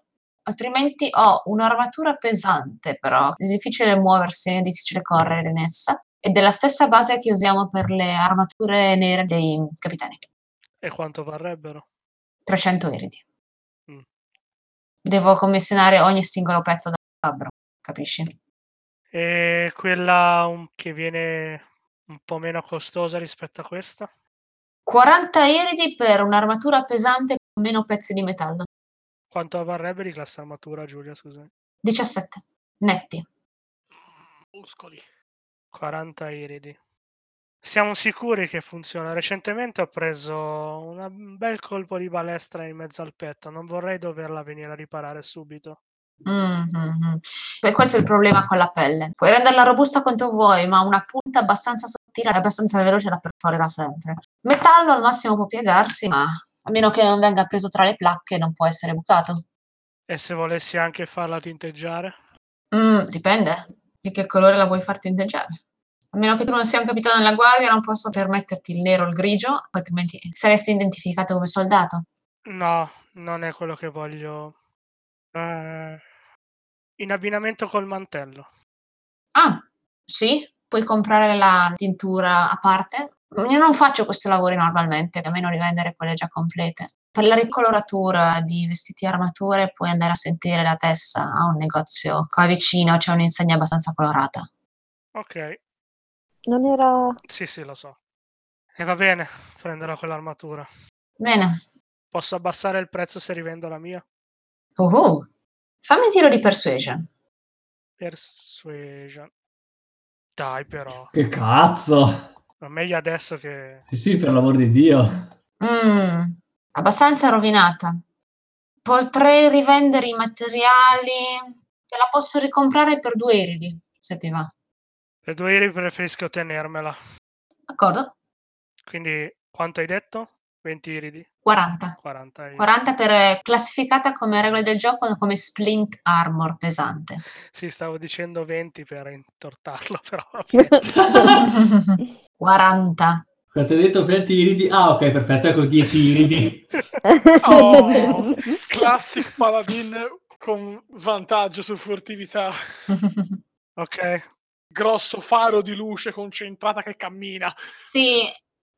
Altrimenti ho un'armatura pesante, però è difficile muoversi, è difficile correre in essa. È della stessa base che usiamo per le armature nere dei capitani.
E quanto varrebbero?
300 eredi.
Mm.
Devo commissionare ogni singolo pezzo da fabbro, capisci?
E quella un- che viene un po' meno costosa rispetto a questa?
40 eredi per un'armatura pesante con meno pezzi di metallo.
Quanto varrebbe di classe armatura, Giulia, scusa?
17 netti.
muscoli.
40 iridi. Siamo sicuri che funziona. Recentemente ho preso una- un bel colpo di balestra in mezzo al petto. Non vorrei doverla venire a riparare subito.
Mm, mm, mm. Per questo è il problema con la pelle. Puoi renderla robusta quanto vuoi, ma una punta abbastanza sottile e abbastanza veloce la perforerà sempre. Metallo al massimo può piegarsi, ma a meno che non venga preso tra le placche non può essere bucato.
E se volessi anche farla tinteggiare?
Mm, dipende di che colore la vuoi far tinteggiare. A meno che tu non sia un capitano della guardia, non posso permetterti il nero o il grigio, altrimenti saresti identificato come soldato.
No, non è quello che voglio. Eh, in abbinamento col mantello.
Ah, sì, puoi comprare la tintura a parte. Io non faccio questi lavori normalmente, a meno di vendere quelle già complete. Per la ricoloratura di vestiti e armature puoi andare a sentire la Tessa a un negozio qua vicino, c'è un'insegna abbastanza colorata.
Ok,
Non era...
sì, sì, lo so. E va bene, prenderò quell'armatura.
Bene,
Posso abbassare il prezzo se rivendo la mia?
uhu. fammi un tiro di persuasion.
Persuasion. Dai, però.
Che cazzo!
Ma meglio adesso che.
Sì, sì, per l'amor di Dio.
Mm, abbastanza rovinata. Potrei rivendere i materiali, te la posso ricomprare per due iridi, se ti va.
Per due iri preferisco tenermela.
D'accordo?
Quindi, quanto hai detto? 20 iridi?
40.
40 iridi.
40 per eh, classificata come regola del gioco come splint armor pesante.
Sì, stavo dicendo 20 per intortarlo, però va bene.
40.
Cosa ti ha detto 20 iridi? Ah, ok, perfetto, ecco 10 iridi.
Oh, classic paladin con svantaggio su furtività.
Ok,
Grosso faro di luce concentrata che cammina.
sì,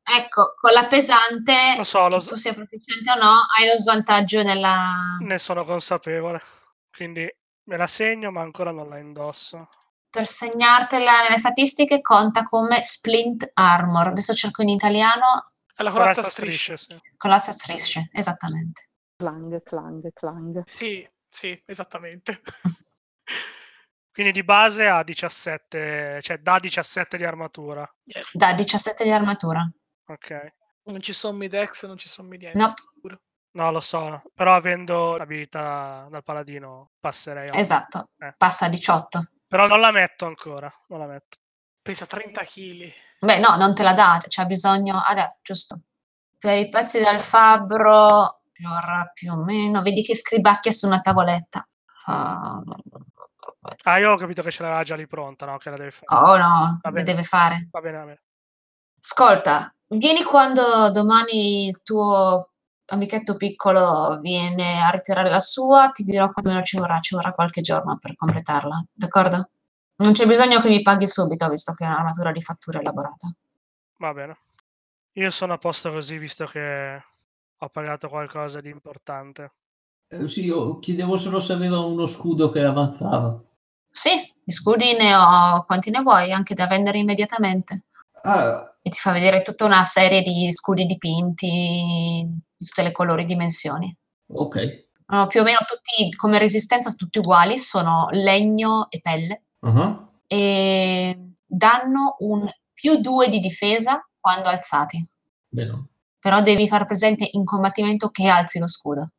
ecco, con la pesante,
Lo so, lo
che
so. Mm.
tu sia proficiente o no, hai lo svantaggio nella...
ne sono consapevole. Quindi me la segno, ma ancora non la indosso.
per segnartela nelle statistiche conta come splint armor. Adesso cerco in italiano
È la
Corazza
corazza striscia.
strisce, sì.
colazza strisce, esattamente.
Clang, clang, clang.
Sì, sì, esattamente.
Quindi di base ha 17, cioè da 17 di armatura.
Yes.
Da 17 di armatura.
Ok.
Non ci sono i dex, non ci sono i niente.
No,
No, lo so, però avendo l'abilità dal paladino passerei. a-
esatto,
Eh.
passa a 18.
Però non la metto ancora, non la metto.
Pesa 30 kg.
Beh, no, non te la dà, c'è bisogno. Ah, dai, giusto. Per i pezzi del fabbro più o- più o meno, vedi che scribacchia su una tavoletta. Ah,
Ah, io ho capito che ce l'aveva già lì pronta, no? Che la deve fare.
oh no,
Va
che
bene.
deve fare?
Va bene, va bene.
Ascolta, vieni quando domani il tuo amichetto piccolo viene a ritirare la sua, ti dirò quantomeno ci vorrà, ci vorrà qualche giorno per completarla, d'accordo? Non c'è bisogno che mi paghi subito, visto che è un'armatura di fattura elaborata.
Va bene. Io sono a posto così, visto che ho pagato qualcosa di importante.
Eh, sì, io chiedevo solo se aveva uno scudo che avanzava.
Sì, gli scudi ne ho quanti ne vuoi, anche da vendere immediatamente.
Ah,
E ti fa vedere tutta una serie di scudi dipinti di tutte le colori e dimensioni.
ok.
Sono più o meno tutti, come resistenza, sono tutti uguali, sono legno e pelle.
Ah,
E Ehm, danno un più 2 di difesa quando alzati.
Bene.
Però devi far presente in combattimento che alzi lo scudo.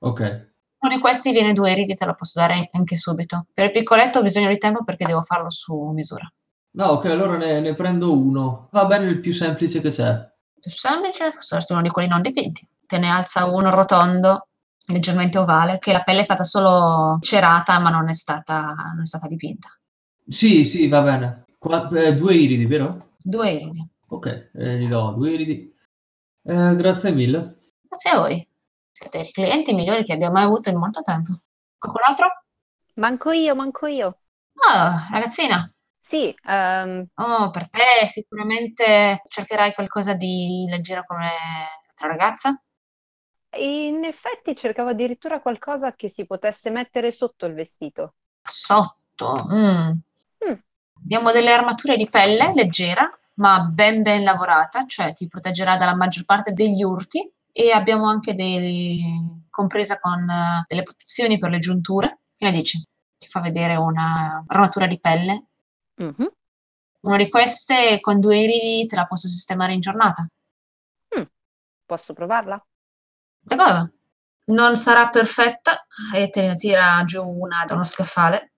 Ok.
Uno di questi viene due eridi, te lo posso dare anche subito. Per il piccoletto ho bisogno di tempo perché devo farlo su misura.
No, ok, allora ne, ne prendo uno. Va bene il più semplice che c'è.
Più semplice, sarti uno di quelli non dipinti. Te ne alza uno rotondo, leggermente ovale, che la pelle è stata solo cerata, ma non è stata, non è stata dipinta.
Sì, sì, va bene. Qua- eh, due iridi, vero?
Due eridi.
Ok, eh, gli do due iridi. Eh, grazie mille.
Grazie a voi. Siete i clienti migliori che abbia mai avuto in molto tempo. Qualcun altro?
Manco io, manco io.
Ah, ragazzina,
Sì, ehm,
oh, per te sicuramente cercherai qualcosa di leggero come l'altra ragazza.
in effetti cercavo addirittura qualcosa che si potesse mettere sotto il vestito.
Sotto. mm.
Mm.
Abbiamo delle armature di pelle leggera, ma ben ben lavorata, cioè ti proteggerà dalla maggior parte degli urti e abbiamo anche dei compresa con eh, delle protezioni per le giunture. Che ne dici? Ti fa vedere una armatura di pelle
Mhm.
Una di queste con due iridi te la posso sistemare in giornata.
Posso provarla?
D'accordo. Non sarà perfetta e te ne tira giù una da uno scaffale.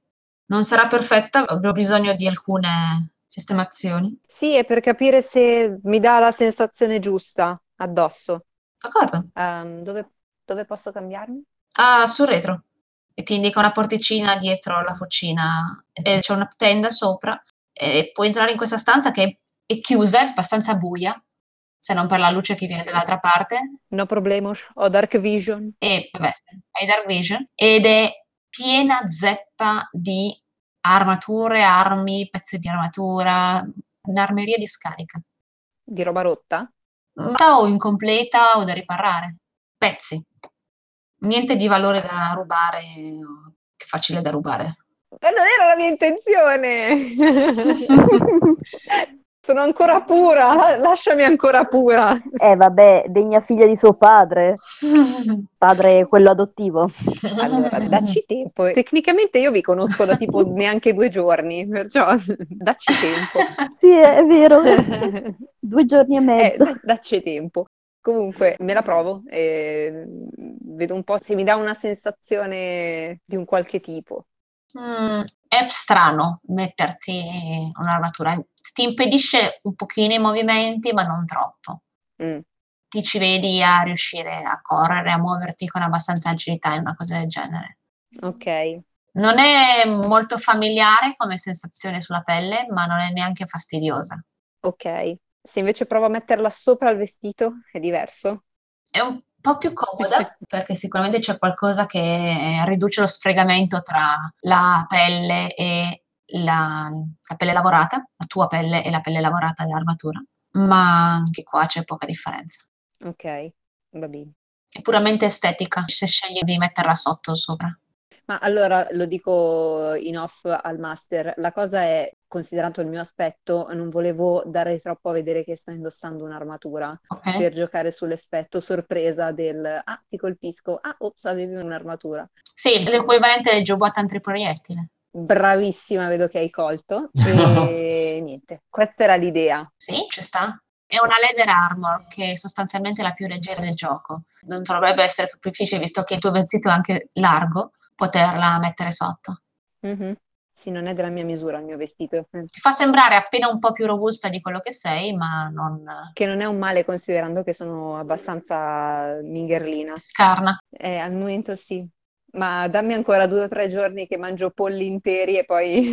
Non sarà perfetta, avrò bisogno di alcune sistemazioni.
Sì, è per capire se mi dà la sensazione giusta addosso.
D'accordo.
Ehm, dove, dove posso cambiarmi?
Ah, sul retro. E ti indica una porticina dietro la fucina e c'è una tenda sopra e puoi entrare in questa stanza che è chiusa, è abbastanza buia, se non per la luce che viene dall'altra parte,
No problemos, ho dark vision.
e vabbè, hai Dark Vision, ed è piena zeppa di armature, armi, pezzi di armatura, un'armeria di scarica,
Di roba rotta?
ma o incompleta o da riparare, pezzi. Niente di valore da rubare, o che facile da rubare.
Ma Eh, non era la mia intenzione! Sono ancora pura, la- lasciami ancora pura.
Eh vabbè, degna figlia di suo padre, padre quello adottivo.
Allora, dacci tempo. Tecnicamente io vi conosco da tipo neanche due giorni, perciò dacci
Sì, è vero.
tempo.
Due giorni e
Eh,
mezzo.
da- dacci tempo. Comunque me la provo e vedo un po' se mi dà una sensazione di un qualche tipo.
Mm, è strano metterti un'armatura, ti impedisce un pochino i movimenti, ma non troppo.
Mm.
Ti ci vedi a riuscire a correre, a muoverti con abbastanza agilità in una cosa del genere.
Ok,
Non è molto familiare come sensazione sulla pelle, ma non è neanche fastidiosa.
ok. Se invece provo a metterla sopra il vestito è diverso.
È un po' più comoda perché sicuramente c'è qualcosa che riduce lo sfregamento tra la pelle e la, la pelle lavorata, la tua pelle e la pelle lavorata dell'armatura, ma anche qua c'è poca differenza.
Ok, va bene.
È puramente estetica se scegli di metterla sotto o sopra.
Ma allora lo dico in off al master, la cosa è, considerato il mio aspetto, non volevo dare troppo a vedere che sto indossando un'armatura
Ok?
per giocare sull'effetto sorpresa del ah, ti colpisco, ah, ops, avevi un'armatura.
Sì, l'equivalente del giubbotto antiproiettile.
Bravissima, vedo che hai colto. E niente, questa era l'idea.
Sì, ci sta. È una leather armor che è sostanzialmente la più leggera del gioco. Non dovrebbe essere più difficile, visto che il tuo vestito è anche largo, poterla mettere sotto.
Mhm. Sì, non è della mia misura il mio vestito,
Ti fa sembrare appena un po' più robusta di quello che sei, ma non eh,
che non è un male considerando che sono abbastanza mingherlina.
scarna.
Eh, al momento sì, ma dammi ancora due o tre giorni che mangio polli interi e poi,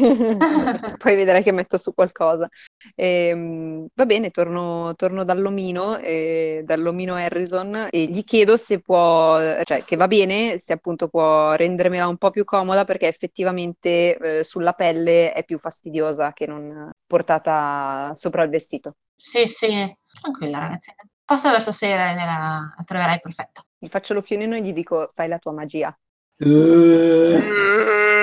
poi vedrai che metto su qualcosa. Ehm, va bene, torno, torno dall'omino, eh, dall'omino Harrison e gli chiedo se può, cioè che va bene, se appunto può rendermela un po' più comoda perché effettivamente eh, sulla pelle è più fastidiosa che non portata sopra il vestito.
Sì, sì, tranquilla ragazzina. Passa verso sera e la, la troverai perfetta.
Gli faccio l'occhiolino e gli dico fai la tua magia.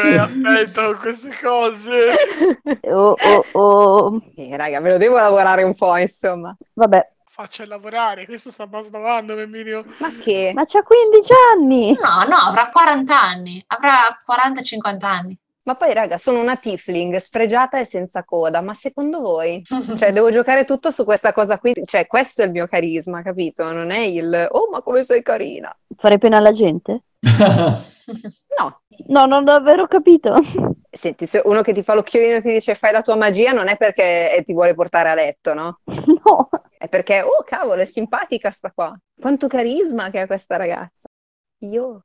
Eh,
Eh, attento a queste cose.
Oh, oh, oh.
Eh, raga, me lo devo lavorare un po', insomma.
Vabbè,
Faccia lavorare, questo sta sbavando, Memminio.
Ma che? Ma,
ma c'ha 15 anni!
No, no, avrà 40 anni. Avrà 40-50 anni.
poi, raga, sono una tiefling sfregiata e senza coda, ma secondo voi? Cioè, devo giocare tutto su questa cosa qui? Cioè, questo è il mio carisma, capito? Non è il oh, ma come sei carina.
Fare pena alla gente?
No.
No, non ho davvero capito.
Senti, se uno che ti fa l'occhiolino e ti dice fai la tua magia, non è perché eh, ti vuole portare a letto, no?
No.
È perché, oh, cavolo, è simpatica sta qua. Quanto carisma che ha questa ragazza. Io.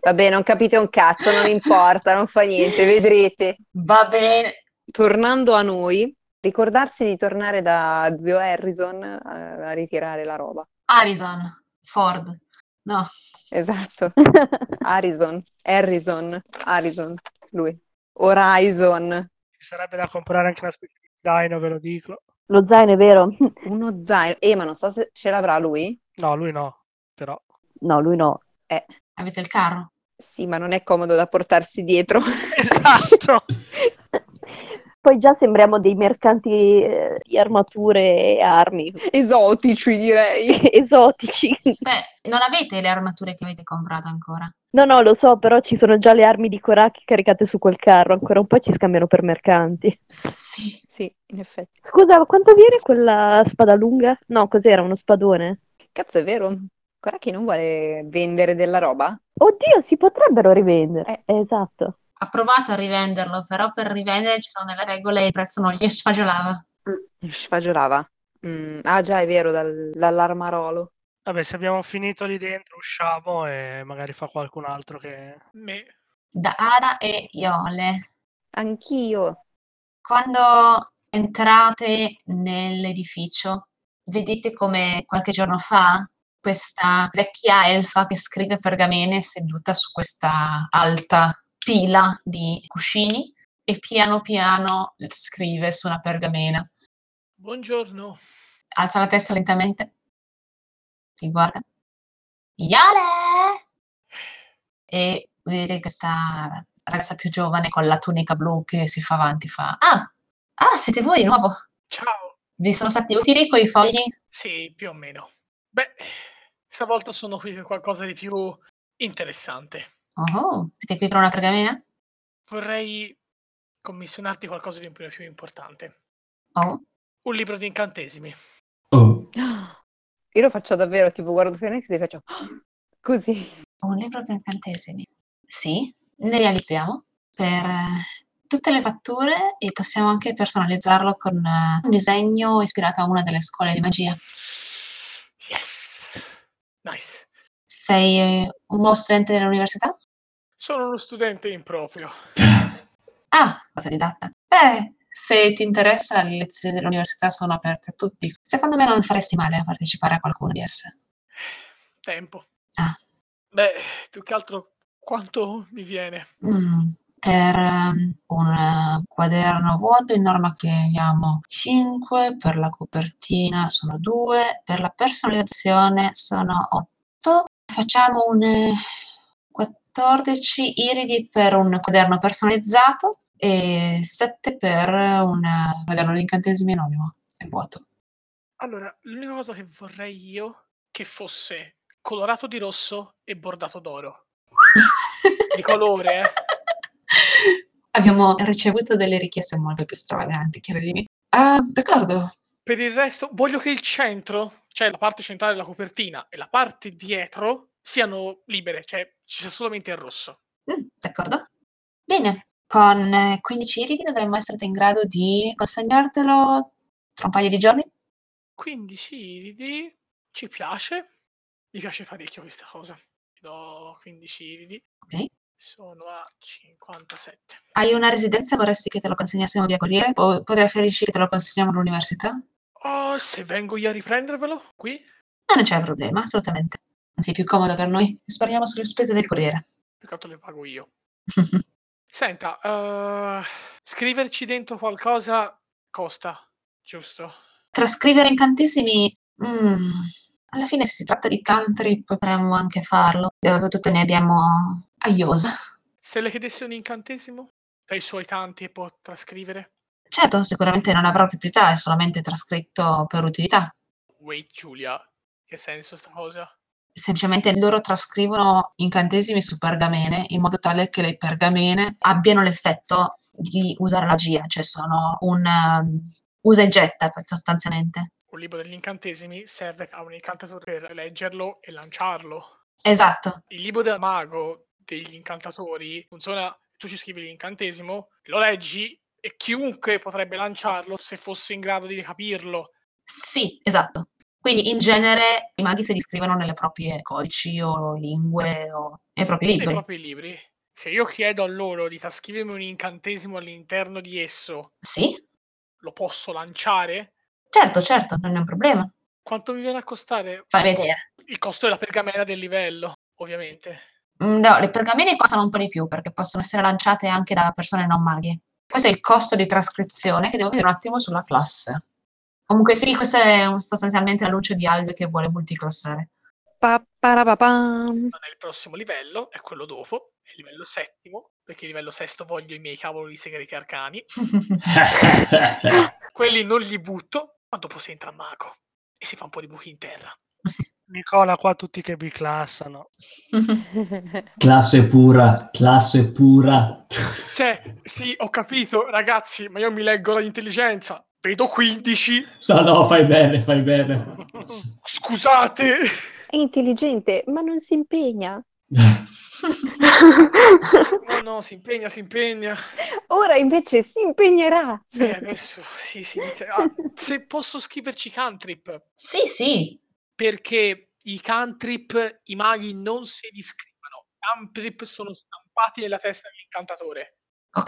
Vabbè, non capite un cazzo, non importa, non fa niente, vedrete.
Va bene.
tornando a noi, ricordarsi di tornare da zio Harrison eh, a, ritirare la roba.
Harrison, Ford. No.
Esatto. Harrison, Harrison, Harrison, lui. Horizon,
Ci sarebbe da comprare anche una specie di zaino, ve lo dico.
Lo zaino è vero?
uno zaino. Eh, ma non so se ce l'avrà lui.
No, lui no, però.
No, lui no.
Avete il carro?
Sì, ma non è comodo da portarsi dietro.
Esatto.
Poi già sembriamo dei mercanti eh, di armature e armi
Esotici, direi.
esotici.
Beh, non avete le armature che avete comprato ancora.
No, no, lo so, però ci sono già le armi di Koraki caricate su quel carro, ancora un po' ci scambiano per mercanti.
Sì.
Sì, in effetti.
Scusa, quanto viene quella spada lunga? No, cos'era, uno spadone?
Cazzo, è vero? Guarda che non vuole vendere della roba.
Oddio, si potrebbero rivendere. Eh, esatto.
Ha provato a rivenderlo, però per rivendere ci sono delle regole e il prezzo non gli sfagiolava.
Sfagiolava. Mm, ah, già, è vero, dal- dall'armarolo.
Vabbè, se abbiamo finito lì dentro, usciamo e magari fa qualcun altro che...
Me-
Da Ada e Iole.
Anch'io.
Quando entrate nell'edificio, vedete come qualche giorno fa questa vecchia elfa che scrive pergamene è seduta su questa alta pila di cuscini e piano piano scrive su una pergamena.
Buongiorno.
Alza la testa lentamente, ti guarda. Iale! E vedete questa ragazza più giovane con la tunica blu che si fa avanti fa Ah, ah siete voi di nuovo?
Ciao.
Vi sono stati utili quei fogli?
Sì, più o meno. Beh, stavolta sono qui per qualcosa di più interessante.
Oh, oh, siete qui per una pergamena?
Vorrei commissionarti qualcosa di un po' più importante.
Oh,
Un libro di incantesimi.
Oh,
Io lo faccio davvero, tipo guardo Fenix e faccio così.
un libro per oh, incantesimi. Sì, ne realizziamo per eh, tutte le fatture e possiamo anche personalizzarlo con eh, un disegno ispirato a una delle scuole di magia.
Yes. Nice.
Sei eh, un nuovo studente dell'università?
Sono uno studente improprio.
Ah, cosa didatta. Beh, se ti interessa, le lezioni dell'università sono aperte a tutti. Secondo me non faresti male a partecipare a qualcuna di esse.
Tempo.
Ah.
Beh, più che altro quanto mi viene.
Mm, per ehm, un eh, quaderno vuoto in norma creiamo 5, per la copertina sono 2, per la personalizzazione sono 8. Facciamo un eh, 14 iridi per un quaderno personalizzato e 7 per un eh, quaderno di incantesimi anonimo. È vuoto.
Allora, l'unica cosa che vorrei io che fosse colorato di rosso e bordato d'oro. Di colore, eh?
Abbiamo ricevuto delle richieste molto più stravaganti, credimi. Ah, d'accordo.
Per il resto, voglio che il centro, cioè la parte centrale della copertina e la parte dietro, siano libere, cioè ci sia solamente il rosso.
Mm, d'accordo. Bene, con eh, 15 iridi dovremmo essere in grado di consegnartelo tra un paio di giorni.
15 iridi, ci piace. Mi piace parecchio questa cosa. Ti do 15 iridi.
Ok.
Sono a 57.
Hai una residenza e vorresti che te lo consegnassimo via corriere? O potrei preferisci che te lo consegniamo all'università?
Oh, se vengo io a riprendervelo, qui?
Non c'è problema, assolutamente. Anzi, è più comodo per noi. Risparmiamo sulle spese del corriere.
Più che altro le pago io. Senta, eh, scriverci dentro qualcosa costa, giusto?
Trascrivere incantesimi. mm, alla fine, se si tratta di country, potremmo anche farlo. Dopotutto ne abbiamo a iosa.
Se le chiedesse un incantesimo, tra i suoi tanti e può trascrivere?
Certo, sicuramente non avrà proprietà, è solamente trascritto per utilità.
Wait, Giulia, che senso sta cosa?
Semplicemente loro trascrivono incantesimi su pergamene in modo tale che le pergamene abbiano l'effetto di usare la magia, cioè sono un um, usa e getta sostanzialmente.
Un libro degli incantesimi serve a un incantatore per leggerlo e lanciarlo.
Esatto,
Il libro del mago degli incantatori funziona, tu ci scrivi l'incantesimo, lo leggi e chiunque potrebbe lanciarlo se fosse in grado di capirlo.
sì, esatto. Quindi in genere i maghi se li scrivono nelle proprie codici o lingue o nei propri
nei
libri.
propri libri. Se io chiedo a loro di trascrivermi un incantesimo all'interno di esso,
Sì,
lo posso lanciare?
certo, certo, non è un problema.
Quanto mi viene a costare
Fai vedere.
il costo della pergamena del livello, ovviamente?
Mm, No, le pergamene costano un po' di più perché possono essere lanciate anche da persone non maghe. Questo è il costo di trascrizione che devo vedere un attimo sulla classe. Comunque sì, questa è un- sostanzialmente la luce di Alve che vuole multiclassare.
Pa, parapapam.
Non è il prossimo livello, è quello dopo. è livello settimo, perché livello sesto voglio i miei cavolo di segreti arcani. Quelli non li butto, ma dopo si entra mago e si fa un po' di buchi in terra.
Nicola qua tutti che vi classano.
Classe pura, classe pura.
Cioè, sì, ho capito, ragazzi, ma io mi leggo l'intelligenza. Vedo 15.
No, no, fai bene, fai bene.
Scusate.
È intelligente, ma non si impegna.
No, no, si impegna, si impegna.
Ora invece si impegnerà.
E adesso sì, si inizia. Ah, se posso scriverci cantrip,
sì, sì,
perché i cantrip, i maghi non si descrivono. Cantrip sono stampati nella testa dell'incantatore.
ok,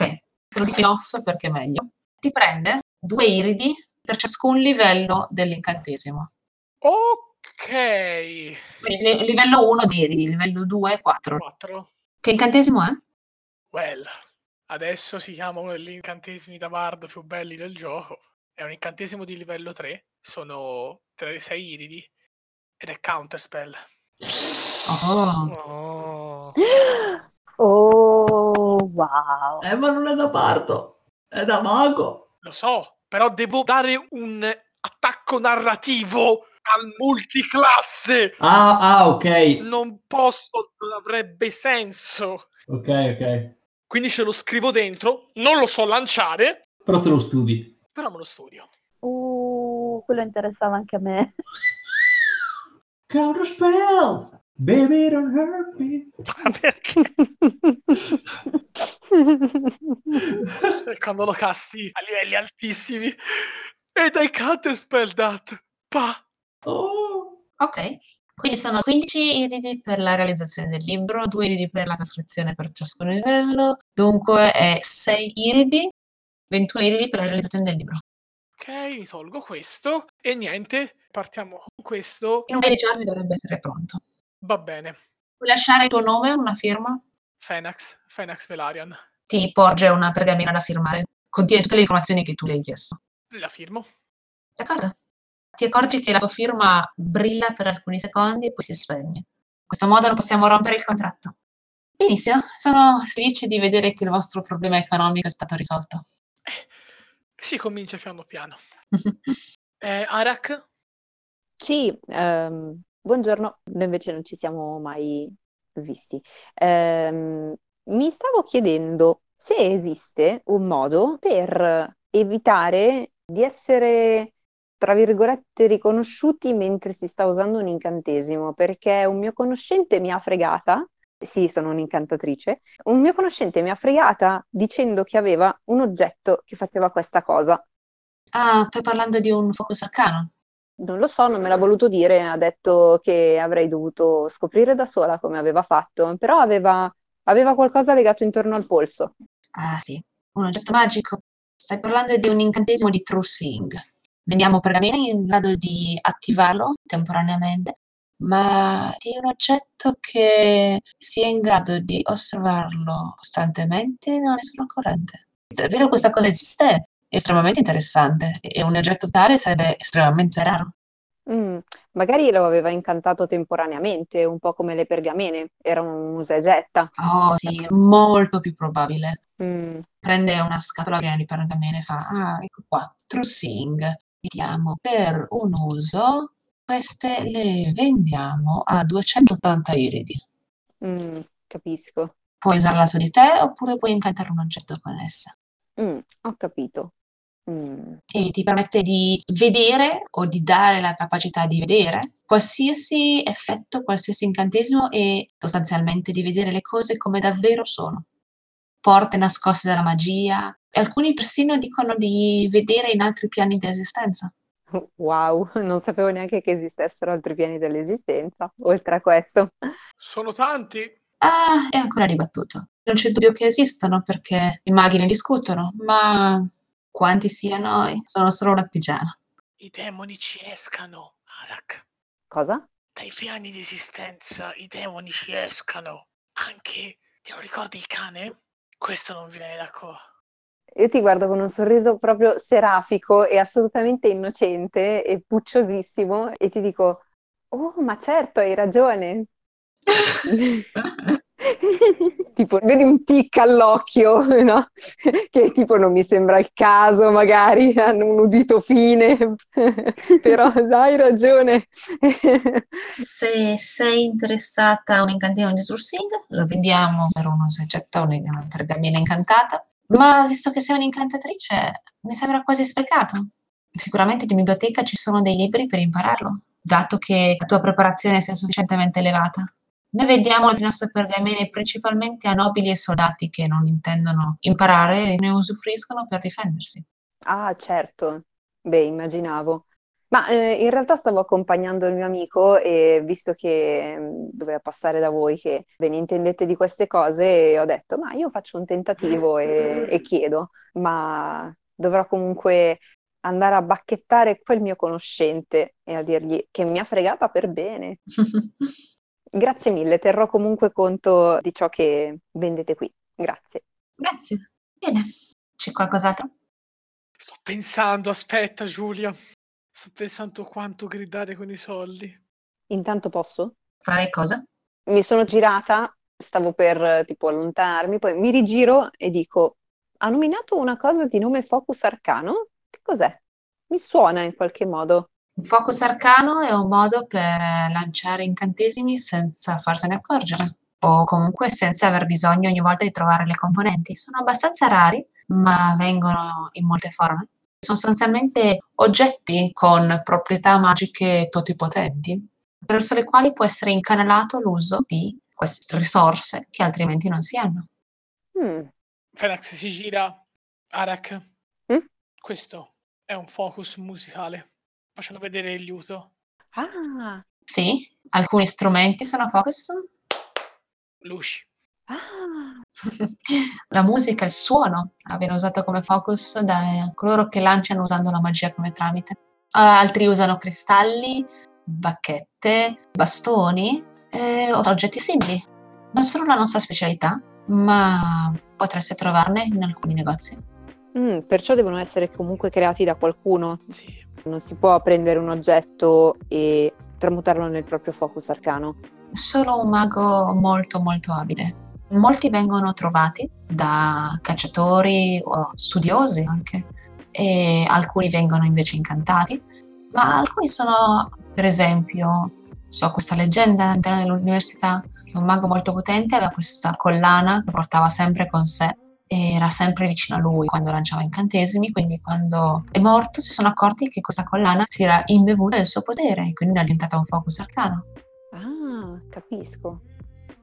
te lo dico in off perché è meglio. Ti prende due iridi per ciascun livello dell'incantesimo.
Ok.
Quindi li- livello 1 di iridi, livello 2 4.
4.
Che incantesimo è?
Well, adesso si chiama uno degli incantesimi da bardo più belli del gioco. È un incantesimo di livello 3. Sono 3 6 iridi. Ed è counterspell.
Oh,
Oh.
Oh, wow.
Eh, ma non è da bardo, è da mago.
Lo so, però devo dare un attacco narrativo al multiclasse.
Ah, ah, ok,
Non posso, non avrebbe senso.
ok, ok.
Quindi ce lo scrivo dentro, non lo so lanciare,
Però te lo studi.
però me lo studio.
Uh, quello interessava anche a me.
Counter spell, baby don't hurt me.
Ma perché?
Quando lo casti a livelli altissimi. E dai counter spell that. Pa.
Oh.
ok. Quindi sono 15 iridi per la realizzazione del libro, 2 iridi per la trascrizione per ciascun livello, dunque è 6 iridi, 21 iridi per la realizzazione del libro.
Ok, mi tolgo questo. E niente, partiamo con questo.
In un paio di giorni dovrebbe essere pronto.
Va bene.
Puoi lasciare il tuo nome, una firma?
Fenax, Fenax Velarian.
Ti porge una pergamena da firmare. Contiene tutte le informazioni che tu le hai chiesto.
La firmo.
D'accordo? Ti accorgi che la tua firma brilla per alcuni secondi e poi si spegne. In questo modo non possiamo rompere il contratto. Benissimo, sono felice di vedere che il vostro problema economico è stato risolto.
Si comincia piano piano. Eh, Arak,
Sì, ehm, buongiorno. Noi invece non ci siamo mai visti. Ehm, mi stavo chiedendo se esiste un modo per evitare di essere, tra virgolette, riconosciuti mentre si sta usando un incantesimo, perché un mio conoscente mi ha fregata. Sì, sono un'incantatrice. Un mio conoscente mi ha fregata dicendo che aveva un oggetto che faceva questa cosa.
ah, stai parlando di un focus arcano?
Non lo so, non me l'ha voluto dire, ha detto che avrei dovuto scoprire da sola come aveva fatto, però aveva, aveva qualcosa legato intorno al polso.
Ah sì, un oggetto magico. Stai parlando di un incantesimo di True Seeing. Vediamo pergamene in grado di attivarlo temporaneamente, ma di un oggetto che sia in grado di osservarlo costantemente non ne sono corrente. Davvero questa cosa esiste? È estremamente interessante e un oggetto tale sarebbe estremamente raro.
Mm, magari lo aveva incantato temporaneamente, un po' come le pergamene, era un usa e getta.
Oh sì, molto più probabile.
Mm,
prende una scatola piena di pergamene e fa, ah, ecco qua, trussing, vediamo per un uso, queste le vendiamo a 280 iridi.
mm, capisco.
Puoi usarla su di te oppure puoi incantare un oggetto con essa.
Mm, ho capito. Mm,
E ti permette di vedere o di dare la capacità di vedere qualsiasi effetto, qualsiasi incantesimo e sostanzialmente di vedere le cose come davvero sono. Porte nascoste dalla magia e alcuni persino dicono di vedere in altri piani di esistenza.
wow, non sapevo neanche che esistessero altri piani dell'esistenza, oltre a questo.
sono tanti.
Ah, è ancora ribattuto. Non c'è dubbio che esistano perché i maghi ne discutono, ma quanti siano eh, sono solo una pigiana.
I demoni ci escano, Arak.
Cosa?
Dai piani di esistenza i demoni ci escano. Anche, ti lo ricordi il cane? Questo non viene da qua.
Io ti guardo con un sorriso proprio serafico e assolutamente innocente e pucciosissimo e ti dico, oh, ma certo, hai ragione. tipo, vedi un tic all'occhio, no? Che tipo non mi sembra il caso, magari hanno un udito fine, però dai ragione.
Se sei interessata a un incantesimo di Sursing, lo vediamo per uno seggetto, una pergamena incantata. Ma visto che sei un'incantatrice, mi sembra quasi sprecato. Sicuramente in biblioteca ci sono dei libri per impararlo, dato che la tua preparazione sia sufficientemente elevata. Noi vediamo le nostre pergamene principalmente a nobili e soldati che non intendono imparare e ne usufruiscono per difendersi.
Ah, certo. Beh, immaginavo. Ma eh, in realtà stavo accompagnando il mio amico e visto che mh, doveva passare da voi che ve ne intendete di queste cose, ho detto, ma io faccio un tentativo e, e chiedo, ma dovrò comunque andare a bacchettare quel mio conoscente e a dirgli che mi ha fregata per bene. Grazie mille, terrò comunque conto di ciò che vendete qui. Grazie.
Grazie. Bene. C'è qualcos'altro?
Sto pensando, aspetta Giulia. Sto pensando quanto gridare con i soldi.
Intanto posso?
Fare cosa?
Mi sono girata, stavo per eh, tipo allontanarmi, poi mi rigiro e dico: Ha nominato una cosa di nome Focus Arcano? Che cos'è? Mi suona in qualche modo.
Un focus arcano è un modo per lanciare incantesimi senza farsene accorgere o comunque senza aver bisogno ogni volta di trovare le componenti. Sono abbastanza rari, ma vengono in molte forme. Sostanzialmente oggetti con proprietà magiche totipotenti, attraverso le quali può essere incanalato l'uso di queste risorse che altrimenti non si hanno.
Mm,
Fenax si gira. Arak.
Mm?
Questo è un focus musicale. Facendo vedere il liuto.
Ah,
Sì, alcuni strumenti sono focus.
Luci.
ah,
la musica, il suono ah, viene usato come focus da eh, coloro che lanciano usando la magia come tramite. Eh, altri usano cristalli, bacchette, bastoni eh, o oggetti simili. Non sono la nostra specialità, ma potreste trovarne in alcuni negozi.
mm, perciò devono essere comunque creati da qualcuno.
Sì.
Non si può prendere un oggetto e tramutarlo nel proprio focus arcano.
solo un mago molto molto abile. Molti vengono trovati da cacciatori o studiosi anche e alcuni vengono invece incantati, ma alcuni sono, per esempio, so questa leggenda all'interno dell'università che un mago molto potente aveva questa collana che portava sempre con sé e era sempre vicino a lui quando lanciava incantesimi, quindi quando è morto si sono accorti che questa collana si era imbevuta del suo potere e quindi era diventata un focus arcano.
Ah, capisco.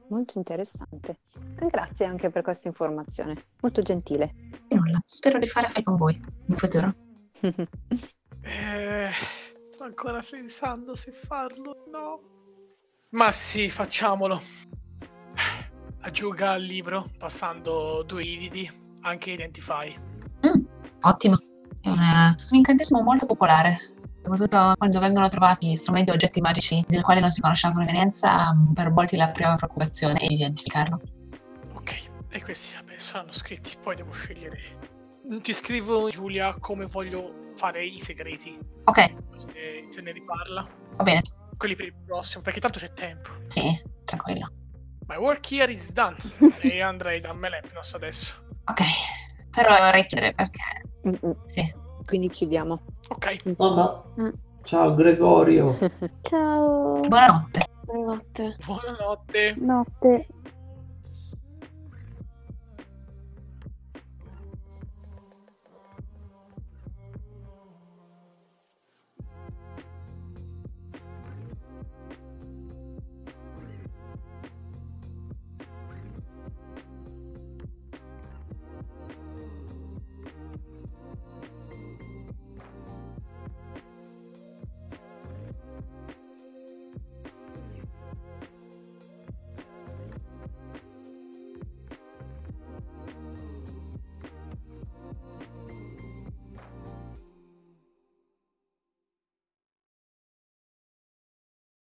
Molto interessante. Eh, Grazie anche per questa informazione. Molto gentile.
E nulla, spero di fare affari con voi in futuro.
Eh, sto ancora pensando se farlo o no. Ma sì, facciamolo. Aggiunga al libro, passando due iridi, anche Identify.
Mm, Ottimo. È una- un incantesimo molto popolare, soprattutto quando vengono trovati strumenti o oggetti magici del quale non si conosce la provenienza, mm, per molti la prima preoccupazione è identificarlo.
Ok, e questi vabbè, saranno scritti, poi devo scegliere. Non ti scrivo, Giulia, come voglio fare i segreti.
Ok,
Se, se ne riparla.
va bene,
Quelli per il prossimo, perché tanto c'è tempo.
sì, tranquillo.
My work here is done. e andrei da Melepnos adesso.
Ok, però vorrei chiedere perché...
Mm, mm.
Sì.
Quindi chiudiamo.
Ok,
Mamma.
Mm.
Ciao Gregorio.
Ciao.
Buonanotte.
Buonanotte.
buonanotte.
Notte.